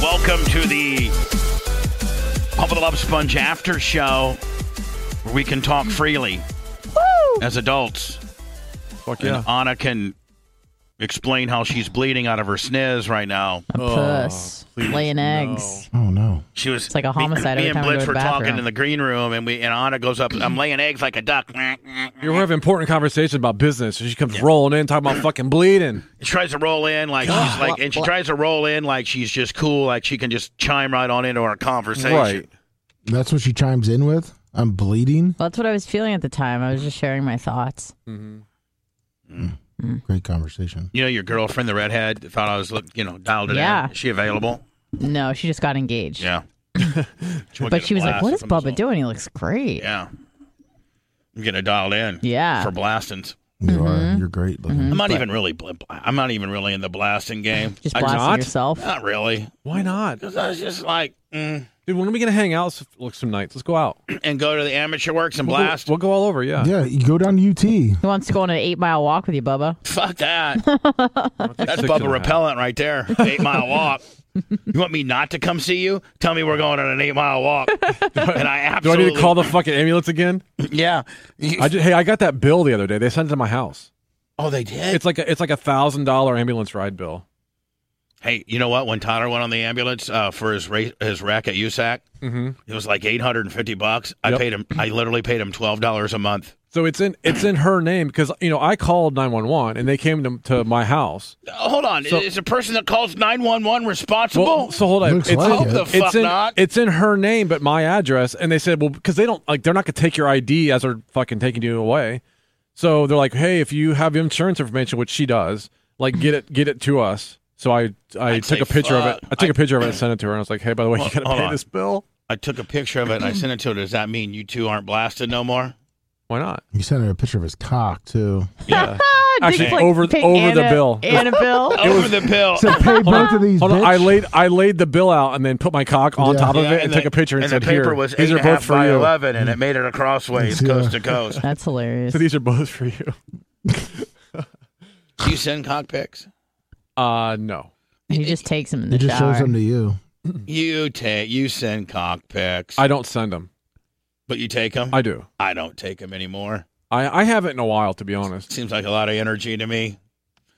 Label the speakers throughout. Speaker 1: Welcome to the Pump of the Love Sponge After Show, where we can talk freely as adults.
Speaker 2: Fuck
Speaker 1: And Anna can explain how she's bleeding out of her sniz right now.
Speaker 3: A puss.
Speaker 2: please,
Speaker 3: Laying
Speaker 2: no.
Speaker 3: eggs.
Speaker 4: Oh no.
Speaker 1: She was it's
Speaker 3: like a homicide
Speaker 1: Oh, Me, me
Speaker 3: every
Speaker 1: and
Speaker 3: time I go
Speaker 1: Blitz
Speaker 3: to
Speaker 1: were
Speaker 3: the bathroom.
Speaker 1: talking in the green room, and we and Anna goes up. I'm laying eggs like a duck.
Speaker 2: You were having important conversations about business, and she comes rolling in talking about fucking bleeding.
Speaker 1: She tries to roll in like she's like, and she tries to roll in like she's just cool, like she can just chime right on into our conversation.
Speaker 2: Right.
Speaker 4: That's what she chimes in with. I'm bleeding.
Speaker 3: Well, that's what I was feeling at the time. I was just sharing my thoughts.
Speaker 4: Great conversation.
Speaker 1: You know your girlfriend, the redhead, thought I was look, you know, dialed it
Speaker 3: Yeah.
Speaker 1: in. Is she available?
Speaker 3: No, she just got engaged.
Speaker 1: Yeah. She went to the
Speaker 3: But she was like,
Speaker 1: blast
Speaker 3: "What is
Speaker 1: from the
Speaker 3: Bubba
Speaker 1: song.
Speaker 3: doing? He looks great."
Speaker 1: Yeah. I'm getting dialed in.
Speaker 3: Yeah.
Speaker 1: For blastings.
Speaker 4: You
Speaker 3: Mm-hmm.
Speaker 4: are. You're great looking.
Speaker 1: I'm not even really. bl- I'm not even really in the blasting game.
Speaker 3: Just
Speaker 1: I-
Speaker 3: blasting
Speaker 2: not?
Speaker 3: yourself.
Speaker 1: not really.
Speaker 2: Why not,
Speaker 1: 'Cause I was just like, mm,
Speaker 2: dude? When are we gonna hang out? s- Look some nights. Let's go out.
Speaker 1: and go to the amateur works and
Speaker 2: We'll go,
Speaker 1: blast.
Speaker 2: we'll go all over. Yeah.
Speaker 4: Yeah, you go down to UT.
Speaker 3: Who wants to go on an eight mile walk with you, Bubba? Ah,
Speaker 1: Fuck that.
Speaker 2: I'll take
Speaker 1: That's
Speaker 2: six and
Speaker 1: Bubba
Speaker 2: a half.
Speaker 1: repellent right there. Eight mile walk. You want me not to come see you? Tell me we're going on an eight mile walk. and I
Speaker 2: Do I
Speaker 1: absolutely
Speaker 2: need to call the fucking ambulance again?
Speaker 1: Yeah.
Speaker 2: I ju- hey, I got that bill the other day. They sent it to my house.
Speaker 1: oh, they did.
Speaker 2: It's like a, it's like a thousand dollar ambulance ride bill.
Speaker 1: hey, you know what? When Tyler went on the ambulance uh, for his ra- his wreck at USAC,
Speaker 2: Mm-hmm.
Speaker 1: it was like eight hundred and fifty bucks. I
Speaker 2: Yep.
Speaker 1: paid him. I literally paid him twelve dollars a month.
Speaker 2: So it's in it's in her name because you know I called nine one one and they came to, to my house.
Speaker 1: Uh, Hold on,
Speaker 2: So-
Speaker 1: is a person that calls nine one one responsible?
Speaker 2: Well, so hold on.
Speaker 4: Looks
Speaker 2: it's
Speaker 4: like
Speaker 2: in,
Speaker 4: it.
Speaker 1: Hope the
Speaker 2: it's
Speaker 1: fuck
Speaker 2: in,
Speaker 1: not.
Speaker 2: It's in her name, but my address. And they said, well, because they don't like, they're not gonna take your ID as they're fucking taking you away. So they're like, hey, if you have insurance information, which she does, like get it, get it to us. So I, I
Speaker 1: I'd
Speaker 2: took
Speaker 1: say
Speaker 2: a picture of it.
Speaker 1: fuck.
Speaker 2: I
Speaker 1: I-
Speaker 2: took a picture of it and sent it to her. And I was like, hey, by the way,
Speaker 1: Hold-
Speaker 2: you gotta
Speaker 1: hold
Speaker 2: pay
Speaker 1: on.
Speaker 2: this bill.
Speaker 1: I took a picture of it and I sent it to her. Does that mean you two aren't blasted no more?
Speaker 2: Why not?
Speaker 4: You sent her a picture of his cock too.
Speaker 2: Yeah.
Speaker 3: Dick's
Speaker 2: Actually, over-
Speaker 3: "Take
Speaker 2: over the bill."
Speaker 3: Annabelle.
Speaker 1: Over the pill.
Speaker 4: So pay both of these.
Speaker 2: Hold on,
Speaker 4: bitch.
Speaker 2: I laid I laid the bill out and then put my cock on
Speaker 4: Yeah.
Speaker 2: top of
Speaker 1: Yeah,
Speaker 2: it and, took
Speaker 1: the-
Speaker 2: a picture and, said,
Speaker 1: the paper
Speaker 2: "Here,
Speaker 1: was
Speaker 2: these
Speaker 1: eight
Speaker 2: are
Speaker 1: and a
Speaker 2: both
Speaker 1: half
Speaker 2: for
Speaker 1: by
Speaker 2: you."
Speaker 1: eleven, and it made it a crossways,
Speaker 4: Yeah.
Speaker 1: coast to coast.
Speaker 3: That's hilarious.
Speaker 2: So these are both for you.
Speaker 1: Do you send cock pics?
Speaker 2: Uh, no.
Speaker 3: He just takes him in the
Speaker 4: It just
Speaker 3: shower.
Speaker 4: shows them to you.
Speaker 1: You take, you send cock pics,
Speaker 2: Mm. I don't send them.
Speaker 1: but you take them. I,
Speaker 2: I do.
Speaker 1: don't take them anymore.
Speaker 2: I I haven't in a while, to be honest.
Speaker 1: Seems like a lot of energy to me.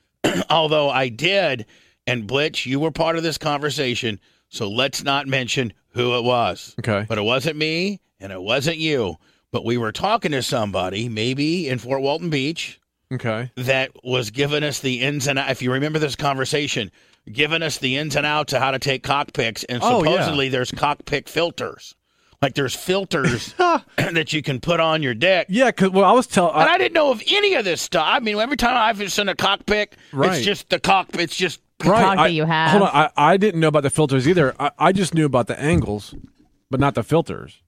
Speaker 1: Although I did, and Blitz, you were part of this conversation, so let's not mention who it was.
Speaker 2: Okay.
Speaker 1: But it wasn't me, and it wasn't you. But we were talking to somebody, maybe in Fort Walton Beach,
Speaker 2: Okay.
Speaker 1: that was giving us the ins and out. If you remember this conversation, giving us the ins and outs of how to take cockpits, and
Speaker 2: Oh, yeah.
Speaker 1: supposedly there's cockpit filters. Like there's filters that you can put on your deck.
Speaker 2: Yeah, because well, I was tell
Speaker 1: And
Speaker 2: I,
Speaker 1: I didn't know of any of this stuff. I mean, every time I've seen a cockpit,
Speaker 2: Right.
Speaker 1: it's just the cockpit. It's just
Speaker 2: right.
Speaker 3: talk that
Speaker 2: I-
Speaker 3: you have.
Speaker 2: Hold on, I, I didn't know about the filters either. I, I just knew about the angles, but not the filters.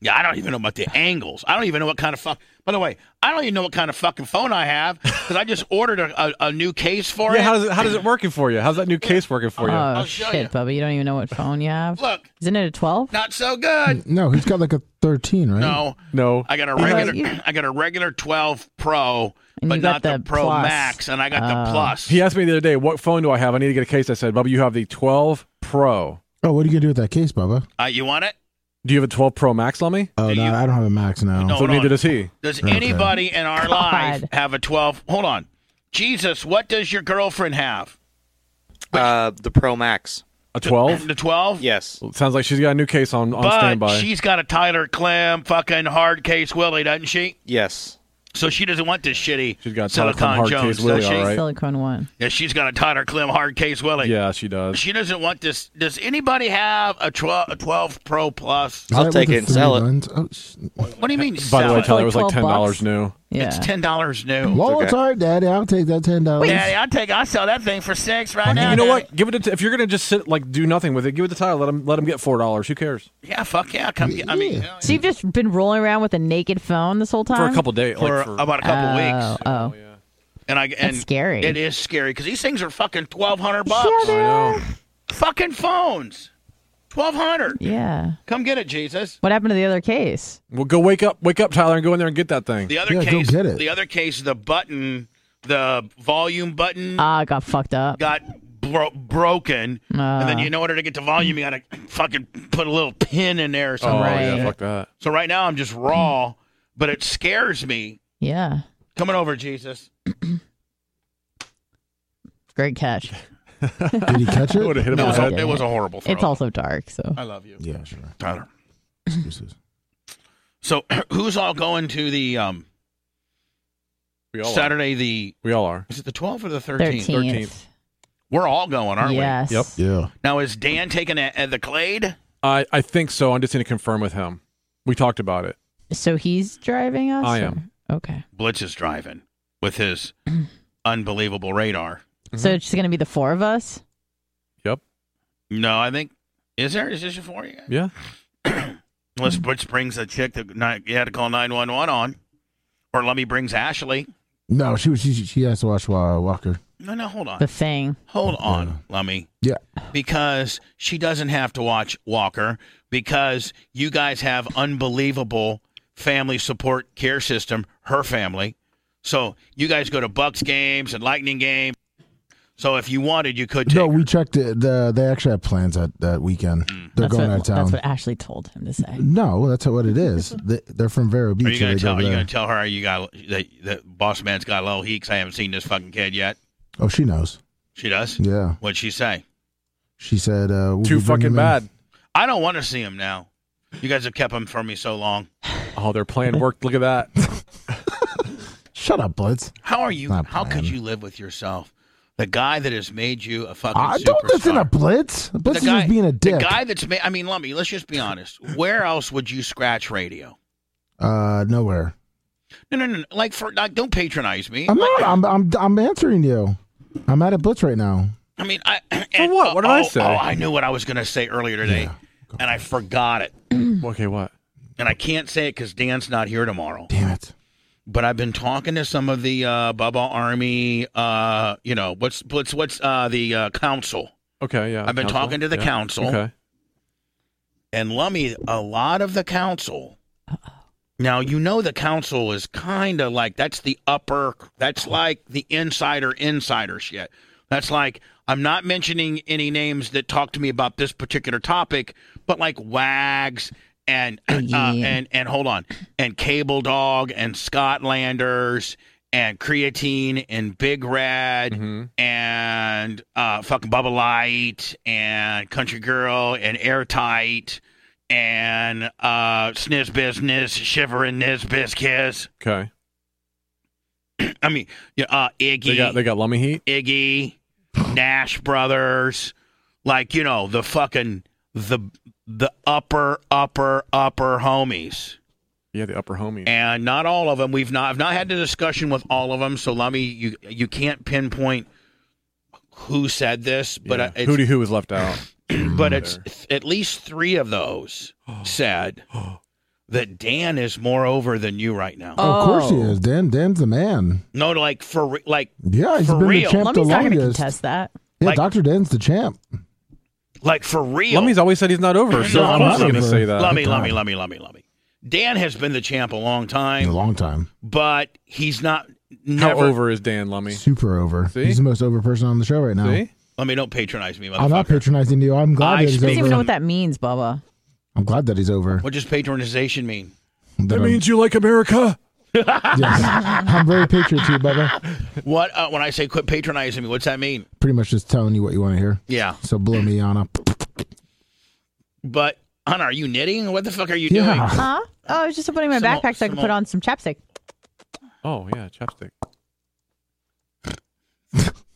Speaker 1: Yeah, I don't even know about the angles. I don't even know what kind of fuck. By the way, I don't even know what kind of fucking phone I have because I just ordered a, a, a new case for
Speaker 2: Yeah,
Speaker 1: it.
Speaker 2: how does it how does it working for you? How's that new case working for you?
Speaker 3: Oh
Speaker 1: I'll show
Speaker 3: shit,
Speaker 1: you.
Speaker 3: Bubba! You don't even know what phone you have.
Speaker 1: Look,
Speaker 3: Isn't it a twelve?
Speaker 1: not so good.
Speaker 4: No, he's got like a 13, right?
Speaker 1: No,
Speaker 2: no,
Speaker 1: I got a
Speaker 3: You know,
Speaker 1: regular.
Speaker 3: you-
Speaker 1: I got a regular 12 Pro,
Speaker 3: And
Speaker 1: but
Speaker 3: you
Speaker 1: not
Speaker 3: got
Speaker 1: the,
Speaker 3: the
Speaker 1: Pro
Speaker 3: Plus.
Speaker 1: Max, and I got the
Speaker 3: Oh.
Speaker 1: Plus.
Speaker 2: he asked me the other day, "What phone do I have? I need to get a case." I said, "Bubba, you have the 12 Pro.
Speaker 4: Oh, what are you gonna do with that case, Bubba?
Speaker 1: Uh, you want it?
Speaker 2: Do you have a 12 Pro Max on me?"
Speaker 4: Oh,
Speaker 1: Do
Speaker 4: no,
Speaker 1: you-
Speaker 4: I don't have a max now.
Speaker 1: No.
Speaker 2: so
Speaker 1: Hold on.
Speaker 2: neither does he.
Speaker 1: Does
Speaker 4: Okay.
Speaker 1: anybody in our life
Speaker 3: God.
Speaker 1: have a 12? Hold on, Jesus, what does your girlfriend have?
Speaker 5: Uh, the Pro Max.
Speaker 2: A 12.
Speaker 1: The 12?
Speaker 5: Yes.
Speaker 2: Sounds like she's got a new case on on
Speaker 1: But
Speaker 2: standby.
Speaker 1: she's got a Tyler Clem fucking hard case Willie, doesn't she?
Speaker 5: Yes.
Speaker 1: So she doesn't want this shitty
Speaker 2: She's got Tyler Clem
Speaker 1: Silicon
Speaker 2: hard
Speaker 1: Jones,
Speaker 2: case Willie,
Speaker 1: does she?
Speaker 2: all right.
Speaker 3: Silicone one.
Speaker 1: Yeah, she's got a Tyler Clem hard case Willie.
Speaker 2: yeah, she does.
Speaker 1: She doesn't want this. Does anybody have a 12, a 12 Pro Plus?
Speaker 4: Is
Speaker 5: I'll
Speaker 4: that
Speaker 5: take
Speaker 4: with
Speaker 5: it
Speaker 4: the
Speaker 5: and
Speaker 4: three
Speaker 5: sell it.
Speaker 4: buttons? Oh, sh-
Speaker 1: What do you mean?
Speaker 2: By the
Speaker 1: sell
Speaker 2: way,
Speaker 1: it?
Speaker 2: Tyler it was like
Speaker 3: Like
Speaker 2: ten
Speaker 3: 12
Speaker 2: dollars
Speaker 3: bucks?
Speaker 2: new.
Speaker 3: Yeah.
Speaker 1: it's ten dollars new.
Speaker 4: Well,
Speaker 5: okay.
Speaker 4: it's all right, Daddy. I'll take that ten dollars.
Speaker 1: Daddy, I'll take. I sell that thing for six right now.
Speaker 2: You know
Speaker 1: Daddy.
Speaker 2: what? Give it to, if you're gonna just sit like do nothing with it. Give it to Tyler. Let him let him get four dollars. Who cares?
Speaker 1: Yeah, fuck yeah. Come. get I mean, yeah.
Speaker 3: So you've just been rolling around with a naked phone this whole time
Speaker 2: For a couple days.
Speaker 1: for,
Speaker 2: like for,
Speaker 1: about a couple
Speaker 3: Oh,
Speaker 1: weeks,
Speaker 3: oh.
Speaker 1: and I and
Speaker 3: scary.
Speaker 1: It is scary because these things are fucking twelve hundred
Speaker 3: Yeah,
Speaker 1: bucks.
Speaker 3: they
Speaker 2: I know.
Speaker 1: Fucking phones, twelve hundred.
Speaker 3: Yeah.
Speaker 1: Come get it, Jesus.
Speaker 3: What happened to the other case?
Speaker 2: Well, go wake up, wake up, Tyler, and go in there and get that thing.
Speaker 1: The other
Speaker 4: Yeah, go
Speaker 1: case,
Speaker 4: get it.
Speaker 1: the other case, the button, the volume button
Speaker 3: Ah, it got fucked up.
Speaker 1: Mm. got bro- broken, and then you in order to get to volume, you gotta fucking put a little pin in there or
Speaker 2: oh
Speaker 1: something.
Speaker 2: yeah,
Speaker 3: Right.
Speaker 2: fuck that.
Speaker 1: So right now I'm just raw, but it scares me.
Speaker 3: yeah.
Speaker 1: Coming over, Jesus.
Speaker 3: Great catch.
Speaker 4: Did he catch
Speaker 2: I would
Speaker 4: it?
Speaker 2: have hit him
Speaker 1: It
Speaker 2: in the
Speaker 1: was, a,
Speaker 2: head.
Speaker 1: it was a horrible. Throw.
Speaker 3: It's also dark, so
Speaker 1: I love you,
Speaker 4: yeah, sure.
Speaker 1: Tyler.
Speaker 4: Excuses.
Speaker 1: So who's all going to the um,
Speaker 2: We all are.
Speaker 1: Saturday? The
Speaker 2: We all are.
Speaker 1: is it the 12th or the 13th?
Speaker 3: 13th.
Speaker 1: We're all going, aren't
Speaker 3: Yes.
Speaker 2: Yep.
Speaker 4: Yeah.
Speaker 1: we? Now is Dan taking a, at the Clade?
Speaker 2: I I think so. I'm just going to confirm with him. We talked about it.
Speaker 3: So he's driving us?
Speaker 2: I
Speaker 3: or-
Speaker 2: am.
Speaker 3: Okay.
Speaker 1: Blitz is driving with his unbelievable radar.
Speaker 3: So it's just going to be the four of us?
Speaker 2: Yep.
Speaker 1: No, I think is there is this for you? guys?
Speaker 2: Yeah.
Speaker 1: Unless Blitz brings a chick that ni- you had to call nine one one on, or Lummy brings Ashley.
Speaker 4: No, she was. She, she has to watch uh, Walker.
Speaker 1: No, no, hold on,
Speaker 3: The thing.
Speaker 1: hold on, Lummy,
Speaker 4: Yeah.
Speaker 1: because she doesn't have to watch Walker because you guys have unbelievable family support care system. Her family, so you guys go to Bucks games and Lightning games. So if you wanted, you could. Take
Speaker 4: No, we checked it. The, they actually have plans that, that weekend. They're
Speaker 3: That's
Speaker 4: going
Speaker 3: what,
Speaker 4: out of town.
Speaker 3: That's what Ashley told him to say.
Speaker 4: No, that's what it is. They- They're from Vero Beach.
Speaker 1: Are you
Speaker 4: so
Speaker 1: gonna
Speaker 4: they
Speaker 1: tell?
Speaker 4: go
Speaker 1: Are you
Speaker 4: there.
Speaker 1: gonna tell her you got that, that boss man's got low heat? 'cause I haven't seen this fucking kid yet.
Speaker 4: Oh, she knows.
Speaker 1: She does.
Speaker 4: Yeah,
Speaker 1: What'd she say?
Speaker 4: she said uh, we'll
Speaker 2: Too
Speaker 4: be bringing
Speaker 2: fucking
Speaker 4: them in.
Speaker 2: bad.
Speaker 1: I don't want to see him now. You guys have kept him from me so long.
Speaker 2: Oh, their plan worked. Look at that.
Speaker 4: Shut up, Blitz.
Speaker 1: How are you?
Speaker 4: Not
Speaker 1: How could
Speaker 4: playing.
Speaker 1: you live with yourself? The guy that has made you a fucking
Speaker 4: I
Speaker 1: superstar.
Speaker 4: don't listen to Blitz. Blitz
Speaker 1: the
Speaker 4: is just being a dick.
Speaker 1: The guy that's made. I mean, Lummy. Let's just be honest. Where else would you scratch radio?
Speaker 4: uh, nowhere.
Speaker 1: No, no, no. no. Like for like, don't patronize me.
Speaker 4: I'm not. I'm, I'm. I'm answering you. I'm at a Blitz right now.
Speaker 1: I mean, I.
Speaker 2: For what? What did
Speaker 1: oh,
Speaker 2: I say?
Speaker 1: Oh, I knew what I was gonna say earlier today, and I forgot it.
Speaker 2: okay, what?
Speaker 1: and I can't say it because Dan's not here tomorrow.
Speaker 4: Damn it.
Speaker 1: But I've been talking to some of the uh, Bubba Army, uh, you know, what's what's what's uh, the uh, council,
Speaker 2: Okay, yeah.
Speaker 1: I've been talking to the council.
Speaker 2: Okay.
Speaker 1: and Lummy. A lot of the council. Now you know the council is kind of like that's the upper, that's like the insider insider shit. That's like I'm not mentioning any names that talk to me about this particular topic, but like Wags and uh,
Speaker 3: Oh, Yeah.
Speaker 1: and and hold on and Cable Dog and Scotlanders and Creatine and Big Red
Speaker 2: Mhm.
Speaker 1: and uh, fucking Bubba Light and Country Girl and Airtight and uh, Sniz Business, Shivering Niz Biscuits.
Speaker 2: Okay.
Speaker 1: I mean, yeah, uh, Iggy,
Speaker 2: They got they got Lummy Heat.
Speaker 1: Iggy, Nash Brothers, like you know the fucking the the upper, upper, upper homies.
Speaker 2: Yeah, the upper homie.
Speaker 1: and not all of them. We've not I've not had the discussion with all of them. So let me you you can't pinpoint who said this, but
Speaker 2: yeah.
Speaker 1: I-
Speaker 2: Hootie
Speaker 1: it's,
Speaker 2: Who was left out.
Speaker 1: but it's at least three of those
Speaker 2: Oh.
Speaker 1: said that Dan is more over than you right now.
Speaker 3: Oh.
Speaker 4: Of course he is. Dan Dan's the man.
Speaker 1: No, like for re- like
Speaker 4: Yeah, he's
Speaker 1: For
Speaker 4: been
Speaker 1: real.
Speaker 4: the champ the
Speaker 3: Lummy's not going to
Speaker 4: longest.
Speaker 3: contest that.
Speaker 4: Yeah,
Speaker 1: Like-
Speaker 4: Doctor Dan's the champ.
Speaker 1: like for real.
Speaker 2: Lummy's always said he's not over, so
Speaker 1: No,
Speaker 2: I'm
Speaker 1: I'm
Speaker 2: not
Speaker 1: not
Speaker 2: going to
Speaker 4: over.
Speaker 2: say that.
Speaker 1: Lummy, Lummy, Lummy, Lummy, Lummy. Dan has been the champ a long
Speaker 4: In a
Speaker 1: time,
Speaker 4: long time.
Speaker 1: but he's not
Speaker 2: How
Speaker 1: never.
Speaker 2: over is Dan Lummy?
Speaker 4: Super over.
Speaker 2: See?
Speaker 4: He's the most over person on the show right now.
Speaker 2: See?
Speaker 1: Lummy, don't patronize me, motherfucker.
Speaker 4: I'm not patronizing you. I'm glad
Speaker 1: I
Speaker 4: that he's
Speaker 3: I
Speaker 1: speak-
Speaker 3: don't even
Speaker 4: over.
Speaker 3: know what that means, Bubba.
Speaker 4: I'm glad that he's over.
Speaker 1: what does patronization mean?
Speaker 2: That
Speaker 4: I'm-
Speaker 2: means you like America.
Speaker 4: yes. I'm very patriot to you, Bubba.
Speaker 1: What uh, when I say quit patronizing me? What's that mean?
Speaker 4: Pretty much just telling you what you want to hear.
Speaker 1: Yeah.
Speaker 4: So blow me on up.
Speaker 1: But Anna, are you knitting? What the fuck are you doing?
Speaker 4: Yeah.
Speaker 3: Huh? Oh, I was just opening my
Speaker 1: Some-
Speaker 3: backpack so I could
Speaker 1: some-
Speaker 3: put on some chapstick.
Speaker 2: Oh yeah, chapstick.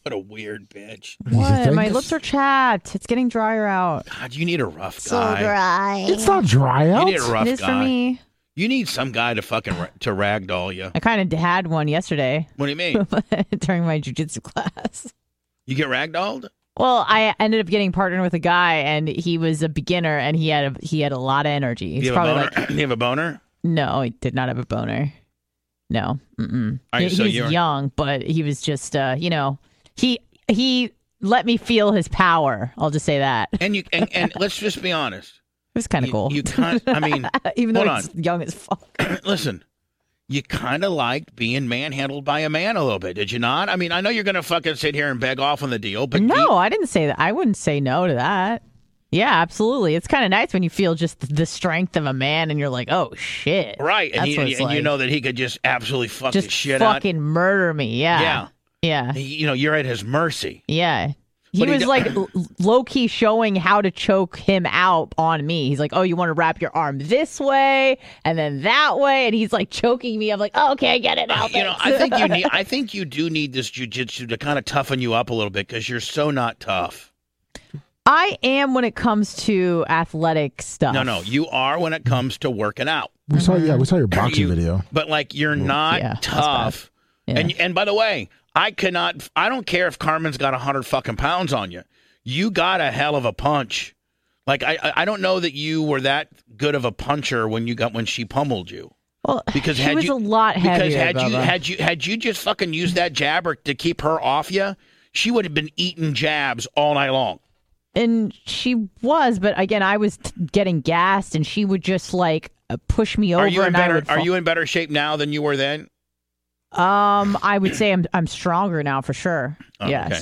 Speaker 1: What a weird bitch.
Speaker 3: What?
Speaker 4: think?
Speaker 3: My lips are chapped. It's getting drier out.
Speaker 1: God, you need a rough
Speaker 3: So
Speaker 1: guy.
Speaker 3: dry.
Speaker 4: It's not dry
Speaker 1: you
Speaker 4: out.
Speaker 1: need a rough
Speaker 3: It is
Speaker 1: guy.
Speaker 3: for me.
Speaker 1: You need some guy to fucking ra- to ragdoll you.
Speaker 3: I kind of had one yesterday
Speaker 1: What do you mean?
Speaker 3: during my jujitsu class.
Speaker 1: You get ragdolled?
Speaker 3: Well, I ended up getting partnered with a guy, and he was a beginner, and he had a, he had a lot of energy.
Speaker 1: Do
Speaker 3: He's
Speaker 1: you have a
Speaker 3: probably
Speaker 1: boner?
Speaker 3: like,
Speaker 1: Do you have a boner?
Speaker 3: no, he did not have a boner. No, mm-mm.
Speaker 1: All right,
Speaker 3: he,
Speaker 1: so
Speaker 3: he was
Speaker 1: you're-
Speaker 3: young, but he was just, uh, you know, he he let me feel his power. I'll just say that it
Speaker 1: And you and, and let's just be honest.
Speaker 3: was kind of
Speaker 1: You-
Speaker 3: cool.
Speaker 1: You kind I mean,
Speaker 3: Even though
Speaker 1: hold
Speaker 3: he's young as fuck.
Speaker 1: listen. You kind of liked being manhandled by a man a little bit, did you not? I mean, I know you're going to fucking sit here and beg off on the deal, but
Speaker 3: No,
Speaker 1: deep-
Speaker 3: I didn't say that. I wouldn't say no to that. Yeah, absolutely. It's kind of nice when you feel just th- the strength of a man, and you're like, oh shit,
Speaker 1: right? And,
Speaker 3: That's
Speaker 1: he,
Speaker 3: what
Speaker 1: and
Speaker 3: it's
Speaker 1: you
Speaker 3: like.
Speaker 1: know that he could just absolutely fuck
Speaker 3: just
Speaker 1: the shit
Speaker 3: fucking murder me.
Speaker 1: out.
Speaker 3: Yeah.
Speaker 1: Yeah.
Speaker 3: Yeah.
Speaker 1: He- you know, you're at his mercy.
Speaker 3: Yeah. He
Speaker 1: But he
Speaker 3: was
Speaker 1: do-
Speaker 3: like low key showing how to choke him out on me. He's like, "Oh, you want to wrap your arm this way and then that way," and he's like choking me. I'm like, oh, "Okay, I get it now."
Speaker 1: you know, I
Speaker 3: thanks."
Speaker 1: think you need. I think you do need this jujitsu to kind of toughen you up a little bit because you're so not tough.
Speaker 3: I am when it comes to athletic stuff.
Speaker 1: No, no, you are when it comes to working out,
Speaker 4: We saw yeah, we saw your boxing
Speaker 1: You-
Speaker 4: video.
Speaker 1: but like you're not
Speaker 3: yeah, that's
Speaker 1: tough.
Speaker 3: Yeah.
Speaker 1: And and by the way, I cannot. I don't care if Carmen's got a hundred fucking pounds on you. You got a hell of a punch. Like I, I- I don't know that you were that good of a puncher when you got when she pummeled you.
Speaker 3: well,
Speaker 1: because
Speaker 3: he
Speaker 1: had
Speaker 3: was
Speaker 1: you-
Speaker 3: a lot heavier.
Speaker 1: Because had you
Speaker 3: Bubba.
Speaker 1: had you had you just fucking used that jabber to keep her off you, she would have been eating jabs all night long.
Speaker 3: and she was, but again, I was t- getting gassed, and she would just like uh, push me over.
Speaker 1: Are you in
Speaker 3: and I
Speaker 1: better?
Speaker 3: would
Speaker 1: Are
Speaker 3: fall.
Speaker 1: you in better shape now than you were then?
Speaker 3: Um, I would say I'm I'm stronger now for sure.
Speaker 1: Oh,
Speaker 3: yes.
Speaker 1: okay.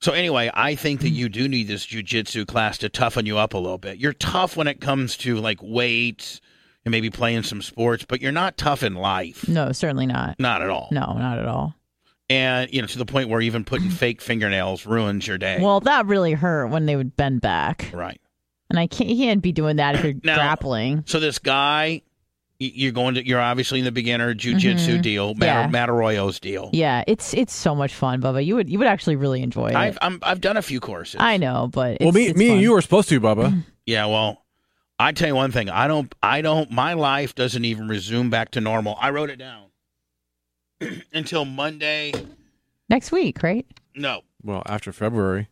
Speaker 1: So anyway, I think
Speaker 3: Mm.
Speaker 1: that you do need this jujitsu class to toughen you up a little bit. You're tough when it comes to like weights and maybe playing some sports, but you're not tough in life.
Speaker 3: No, certainly not.
Speaker 1: Not at all.
Speaker 3: No, not at all.
Speaker 1: And you know, to the point where even putting fake fingernails ruins your day.
Speaker 3: Well, that really hurt when they would bend back,
Speaker 1: right.
Speaker 3: and I can't. He can't be doing that if you're
Speaker 1: Now-
Speaker 3: grappling.
Speaker 1: So this guy y- you're going to you're obviously in the beginner jujitsu
Speaker 3: Mhm.
Speaker 1: deal,
Speaker 3: Yeah.
Speaker 1: Matter, Mataroyo's deal.
Speaker 3: Yeah, it's it's so much fun, Bubba. You would you would actually really enjoy it.
Speaker 1: I've I'm, I've done a few courses.
Speaker 3: I know, but it's,
Speaker 2: well, me,
Speaker 3: it's
Speaker 2: me,
Speaker 3: fun. Mm-hmm.
Speaker 2: and you were supposed to, Bubba.
Speaker 1: Yeah, well, I tell you one thing. I don't. I don't. My life doesn't even resume back to normal. I wrote it down until Monday.
Speaker 3: next week, right?
Speaker 1: No,
Speaker 2: well, after February,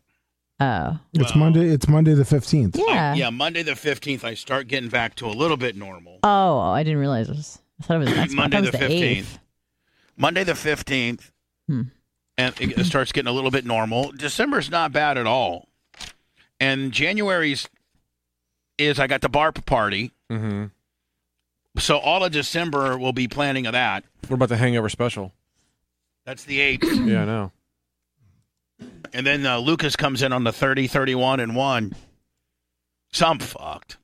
Speaker 3: Oh,
Speaker 4: It's
Speaker 1: Wow.
Speaker 4: Monday. It's Monday the fifteenth.
Speaker 3: yeah.
Speaker 1: I- Oh, yeah, Monday the fifteenth. I start getting back to a little bit normal.
Speaker 3: Oh, I didn't realize it was. I thought it was next month.
Speaker 1: Monday
Speaker 3: I thought
Speaker 1: the
Speaker 3: it was
Speaker 1: 15th.
Speaker 3: eighth.
Speaker 1: Monday the fifteenth,
Speaker 3: Hmm.
Speaker 1: and it it starts getting a little bit normal. December's not bad at all, and January's is I got the barp party.
Speaker 2: mm-hmm.
Speaker 1: So all of December we'll be planning of that.
Speaker 2: we're about the Hangover special.
Speaker 1: That's the eighth,
Speaker 3: Mm-hmm.
Speaker 2: yeah, I know.
Speaker 1: and then uh, Lucas comes in on the 30, 31, and one. So I'm fucked.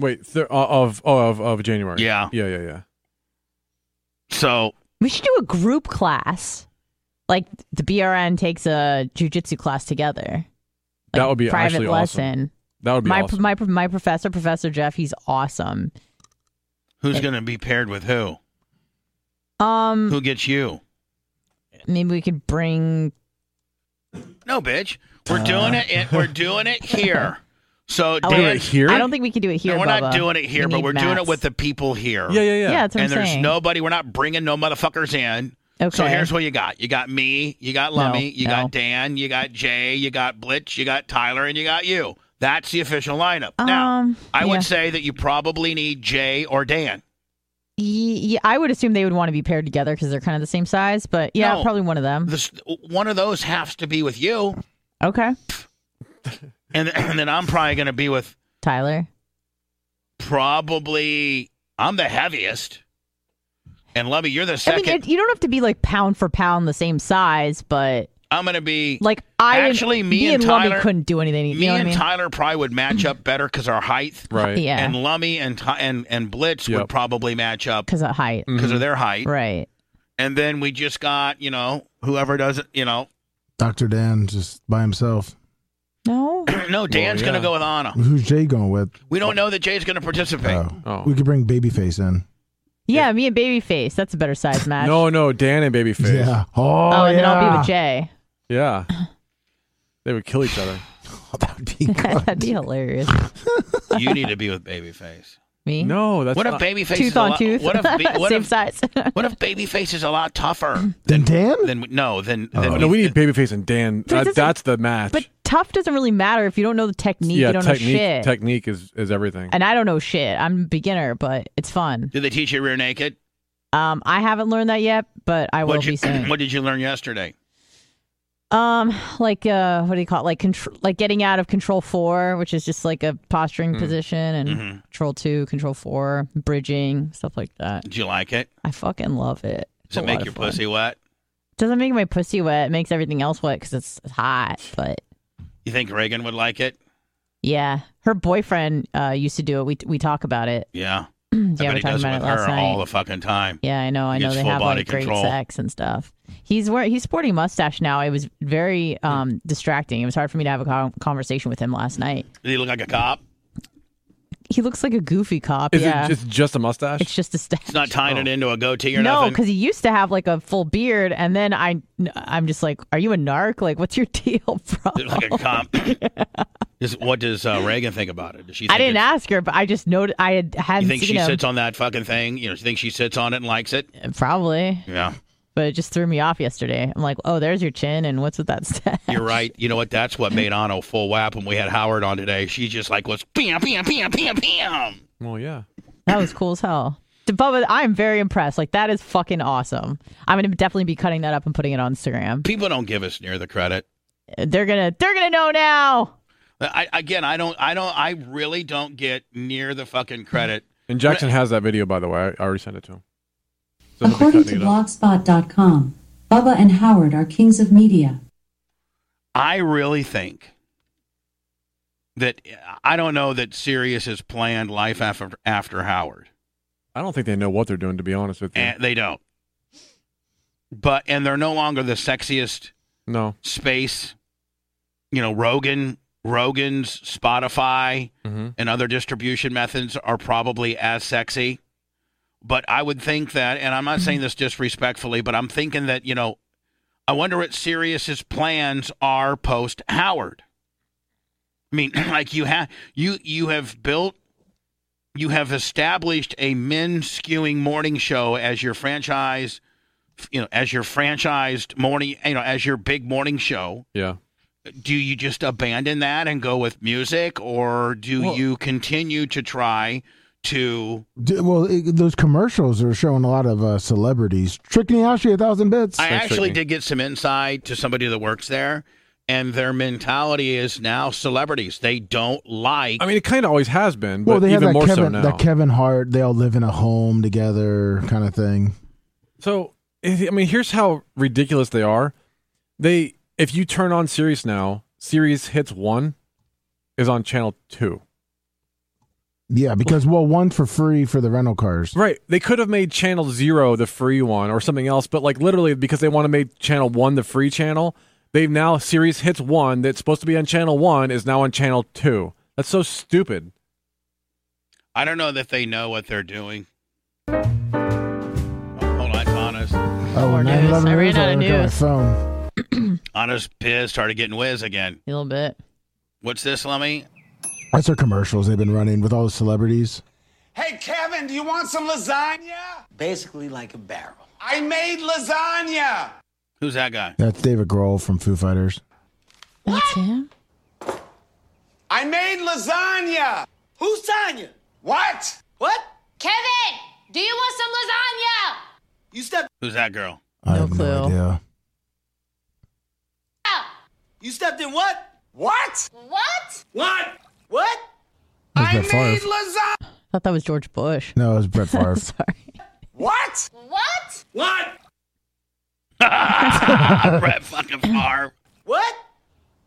Speaker 2: Wait, th- of oh, of of January.
Speaker 1: Yeah.
Speaker 2: yeah, yeah, yeah.
Speaker 1: So
Speaker 3: We should do a group class. Like the BRN takes a jujitsu class together.
Speaker 2: That
Speaker 3: Like,
Speaker 2: would be
Speaker 3: private
Speaker 2: actually awesome.
Speaker 3: lesson.
Speaker 2: That would be
Speaker 3: my
Speaker 2: awesome.
Speaker 3: my my professor, Professor Jeff, he's awesome.
Speaker 1: who's going to be paired with who?
Speaker 3: Um,
Speaker 1: Who gets you?
Speaker 3: maybe we could bring
Speaker 1: No, bitch. We're doing it. and We're doing it here. So
Speaker 3: Uh. Oh,
Speaker 1: Dan-
Speaker 3: wait.
Speaker 2: it here?
Speaker 3: I don't think we can do it here.
Speaker 1: No, we're not
Speaker 3: Bubba.
Speaker 1: doing it here,
Speaker 3: We
Speaker 1: but
Speaker 3: need
Speaker 1: we're doing it
Speaker 3: mats.
Speaker 1: with the people here.
Speaker 2: Yeah, yeah, yeah.
Speaker 3: Yeah, that's what
Speaker 1: and
Speaker 3: I'm
Speaker 1: there's
Speaker 3: saying.
Speaker 1: nobody. We're not bringing no motherfuckers in.
Speaker 3: Okay.
Speaker 1: So here's what you got. You got me. You got Lummy. you
Speaker 3: no.
Speaker 1: got Dan. You got Jay. You got Blitz. You got Tyler, and you got you. That's the official lineup. now,
Speaker 3: Um,
Speaker 1: I
Speaker 3: yeah.
Speaker 1: would say that you probably need Jay or Dan.
Speaker 3: Ye- yeah, I would assume they would want to be paired together because they're kind of the same size. But yeah,
Speaker 1: No.
Speaker 3: probably one of them.
Speaker 1: This one of those has to be with you,
Speaker 3: Okay,
Speaker 1: and, and then I'm probably going to be with
Speaker 3: Tyler.
Speaker 1: probably I'm the heaviest, and Lummy, you're the
Speaker 3: I
Speaker 1: second.
Speaker 3: mean, it, you don't have to be like pound for pound the same size, but
Speaker 1: I'm going to be
Speaker 3: like I and-
Speaker 1: Actually, me and
Speaker 3: Lummi
Speaker 1: Tyler-
Speaker 3: couldn't do anything. You
Speaker 1: me
Speaker 3: know what
Speaker 1: and
Speaker 3: I mean?
Speaker 1: Tyler probably would match up better because our height.
Speaker 2: Right.
Speaker 3: yeah,
Speaker 1: and Lummy and Ty- and and Blitz would
Speaker 2: Yep.
Speaker 1: probably match up
Speaker 3: because of height.
Speaker 2: Mhm.
Speaker 1: because of their height.
Speaker 3: Right.
Speaker 1: And then we just got you know whoever does it. You know,
Speaker 4: Dr. Dan just by himself.
Speaker 3: No.
Speaker 1: no Dan's
Speaker 2: yeah.
Speaker 1: gonna go with Anna.
Speaker 4: Who's Jay going with?
Speaker 1: We don't know that Jay's gonna participate.
Speaker 4: Oh.
Speaker 2: Oh.
Speaker 4: We could bring Babyface in.
Speaker 3: Yeah, me and Babyface. That's a better size match.
Speaker 2: No, no, Dan and Babyface.
Speaker 4: Yeah. Oh,
Speaker 3: Oh, and
Speaker 4: yeah.
Speaker 3: then I'll be with Jay.
Speaker 2: Yeah. They would kill each other.
Speaker 4: Oh, that would be good.
Speaker 3: That'd be hilarious.
Speaker 2: Oh.
Speaker 1: You need to be with Babyface.
Speaker 3: Me.
Speaker 2: No, that's
Speaker 1: What if
Speaker 2: not-
Speaker 1: Babyface is
Speaker 3: Tooth
Speaker 1: a
Speaker 3: on
Speaker 1: lot-
Speaker 3: tooth.
Speaker 1: What if ba- what
Speaker 3: same
Speaker 1: if
Speaker 3: size. Hmm.
Speaker 1: what if Babyface is a lot tougher
Speaker 4: then Dan?
Speaker 1: than no than than
Speaker 2: Oh. No, we need Babyface and Dan.
Speaker 3: But it
Speaker 2: That-
Speaker 3: doesn't-
Speaker 2: that's the match.
Speaker 3: but tough doesn't really matter if you don't know the technique.
Speaker 2: yeah,
Speaker 3: you don't
Speaker 2: technique
Speaker 3: know shit.
Speaker 2: technique is is everything.
Speaker 3: and I don't know shit. I'm a beginner, but it's fun.
Speaker 1: Did they teach you rear naked?
Speaker 3: Um, I haven't learned that yet, but I will
Speaker 1: What'd
Speaker 3: be
Speaker 1: you,
Speaker 3: soon.
Speaker 1: what did you learn yesterday?
Speaker 3: Um, like uh, what do you call it? Like control, like getting out of control four, which is just like a posturing
Speaker 1: Mm-hmm.
Speaker 3: position, and
Speaker 1: Mhm.
Speaker 3: control two, control four, bridging stuff like that.
Speaker 1: Did you like it?
Speaker 3: I fucking love it. It's
Speaker 1: Does
Speaker 3: a
Speaker 1: it make
Speaker 3: lot
Speaker 1: your
Speaker 3: of fun.
Speaker 1: pussy wet?
Speaker 3: Doesn't make my pussy wet. It makes everything else wet because it's hot. But
Speaker 1: You think Reagan would like it?
Speaker 3: yeah, her boyfriend uh used to do it. We we talk about it.
Speaker 1: Yeah,
Speaker 3: yeah,
Speaker 1: I
Speaker 3: we
Speaker 1: bet he
Speaker 3: talked
Speaker 1: does
Speaker 3: about it
Speaker 1: with
Speaker 3: last
Speaker 1: her
Speaker 3: night.
Speaker 1: all the fucking time.
Speaker 3: Yeah, I know. I know
Speaker 1: Gets
Speaker 3: they
Speaker 1: full
Speaker 3: have
Speaker 1: body
Speaker 3: like
Speaker 1: control.
Speaker 3: great sex and stuff. He's wearing he's sporting mustache now. It was very
Speaker 1: Hmm.
Speaker 3: um distracting. It was hard for me to have a con conversation with him last night.
Speaker 1: Did he look like a cop?
Speaker 3: He looks like a goofy cop.
Speaker 2: Is
Speaker 3: yeah,
Speaker 2: it just, just a mustache?
Speaker 3: it's just a stash.
Speaker 1: It's not tying it into a goatee or
Speaker 3: Oh. No,
Speaker 1: nothing.
Speaker 3: because he used to have like a full beard, and then I I'm just like, are you a narc? Like, what's your deal, bro?
Speaker 1: It's like a comp. Is- what does uh, Reagan think about it? Does she? Think
Speaker 3: I didn't
Speaker 1: it's-
Speaker 3: ask her, but I just noted I had
Speaker 1: You
Speaker 3: hadn't
Speaker 1: think
Speaker 3: seen
Speaker 1: she
Speaker 3: him
Speaker 1: sits on that fucking thing? You know, you think she sits on it and likes it?
Speaker 3: probably,
Speaker 1: Yeah,
Speaker 3: but it just threw me off yesterday. I'm like, oh, there's your chin, and what's with that stash?
Speaker 1: you're right. You know what? That's what made Anno full whap when we had Howard on today. She just like was bam, bam, bam, bam, bam.
Speaker 2: Well, yeah.
Speaker 3: That was cool as hell. To Bubba, I'm very impressed. Like that is fucking awesome. I'm gonna definitely be cutting that up and putting it on Instagram.
Speaker 1: People don't give us near the credit. Uh,
Speaker 3: They're gonna they're gonna know now.
Speaker 1: I, again, I don't, I don't, I really don't get near the fucking credit.
Speaker 2: And Jackson has that video, by the way. I, I already sent it to him. So he'll be
Speaker 6: According to
Speaker 2: cutting it up.
Speaker 6: Blogspot.com, Bubba and Howard are kings of media.
Speaker 1: I really think that uh, I don't know that Sirius has planned life after after Howard.
Speaker 2: I don't think they know what they're doing, to be honest with you.
Speaker 1: and they don't. But and they're no longer the sexiest
Speaker 2: no.
Speaker 1: space. You know, Rogan, Rogan's Spotify
Speaker 2: Mhm.
Speaker 1: and other distribution methods are probably as sexy. But I would think that, and I'm not saying this disrespectfully, but I'm thinking that you know, I wonder what Sirius's plans are post Howard. I mean, like you have you you have built you have established a men skewing morning show as your franchise you know as your franchised morning you know as your big morning show
Speaker 2: Yeah.
Speaker 1: do you just abandon that and go with music or do
Speaker 2: Well-
Speaker 1: you continue to try to
Speaker 4: D- well, it, those commercials are showing a lot of uh, celebrities. Trick Niashi, a thousand bits.
Speaker 1: I actually
Speaker 2: Tricky.
Speaker 1: did get some insight to somebody that works there and their mentality is now celebrities they don't like
Speaker 2: I mean, it kind of always has been, but
Speaker 4: well, they have
Speaker 2: even
Speaker 4: that
Speaker 2: more
Speaker 4: Kevin,
Speaker 2: so now.
Speaker 4: that Kevin Hart. They all live in a home together, kind of thing.
Speaker 2: So, if- I mean, here's how ridiculous they are. They, if you turn on Sirius now, Sirius hits one is on channel two.
Speaker 4: Yeah, because well, one's for free for the rental cars.
Speaker 2: Right. They could have made channel zero the free one or something else, but like literally because they want to make channel one the free channel, they've now Sirius hits one that's supposed to be on channel one is now on channel two. That's so stupid.
Speaker 1: i don't know that they know what they're doing hold on it's honest
Speaker 4: Oh,
Speaker 3: More news.
Speaker 4: 9/11
Speaker 3: I ran
Speaker 4: news,
Speaker 3: out of
Speaker 4: look at my
Speaker 3: news.
Speaker 4: phone.
Speaker 1: honest piss started getting whiz again
Speaker 3: A little bit.
Speaker 1: what's this lummy
Speaker 3: It's
Speaker 4: That's their commercials they've been running with all the celebrities.
Speaker 7: Hey, Kevin, do you want some lasagna?
Speaker 8: basically like a barrel.
Speaker 7: I made lasagna.
Speaker 1: Who's that guy?
Speaker 4: That's David Grohl from Foo Fighters.
Speaker 3: That's him.
Speaker 7: I made lasagna.
Speaker 8: Who's Tanya?
Speaker 7: What?
Speaker 8: What?
Speaker 9: Kevin, do you want some lasagna?
Speaker 8: You stepped
Speaker 1: Who's that girl?
Speaker 4: I
Speaker 3: No
Speaker 4: have
Speaker 3: clue.
Speaker 4: no idea.
Speaker 8: you stepped in what?
Speaker 7: What?
Speaker 9: What?
Speaker 8: What? What?
Speaker 4: That's
Speaker 7: I
Speaker 4: Brett Favre.
Speaker 7: made lasagna.
Speaker 3: thought that was George Bush.
Speaker 4: No, it's Brett Favre.
Speaker 3: Sorry.
Speaker 7: What?
Speaker 9: What?
Speaker 8: What?
Speaker 1: Brett fucking Favre.
Speaker 8: What?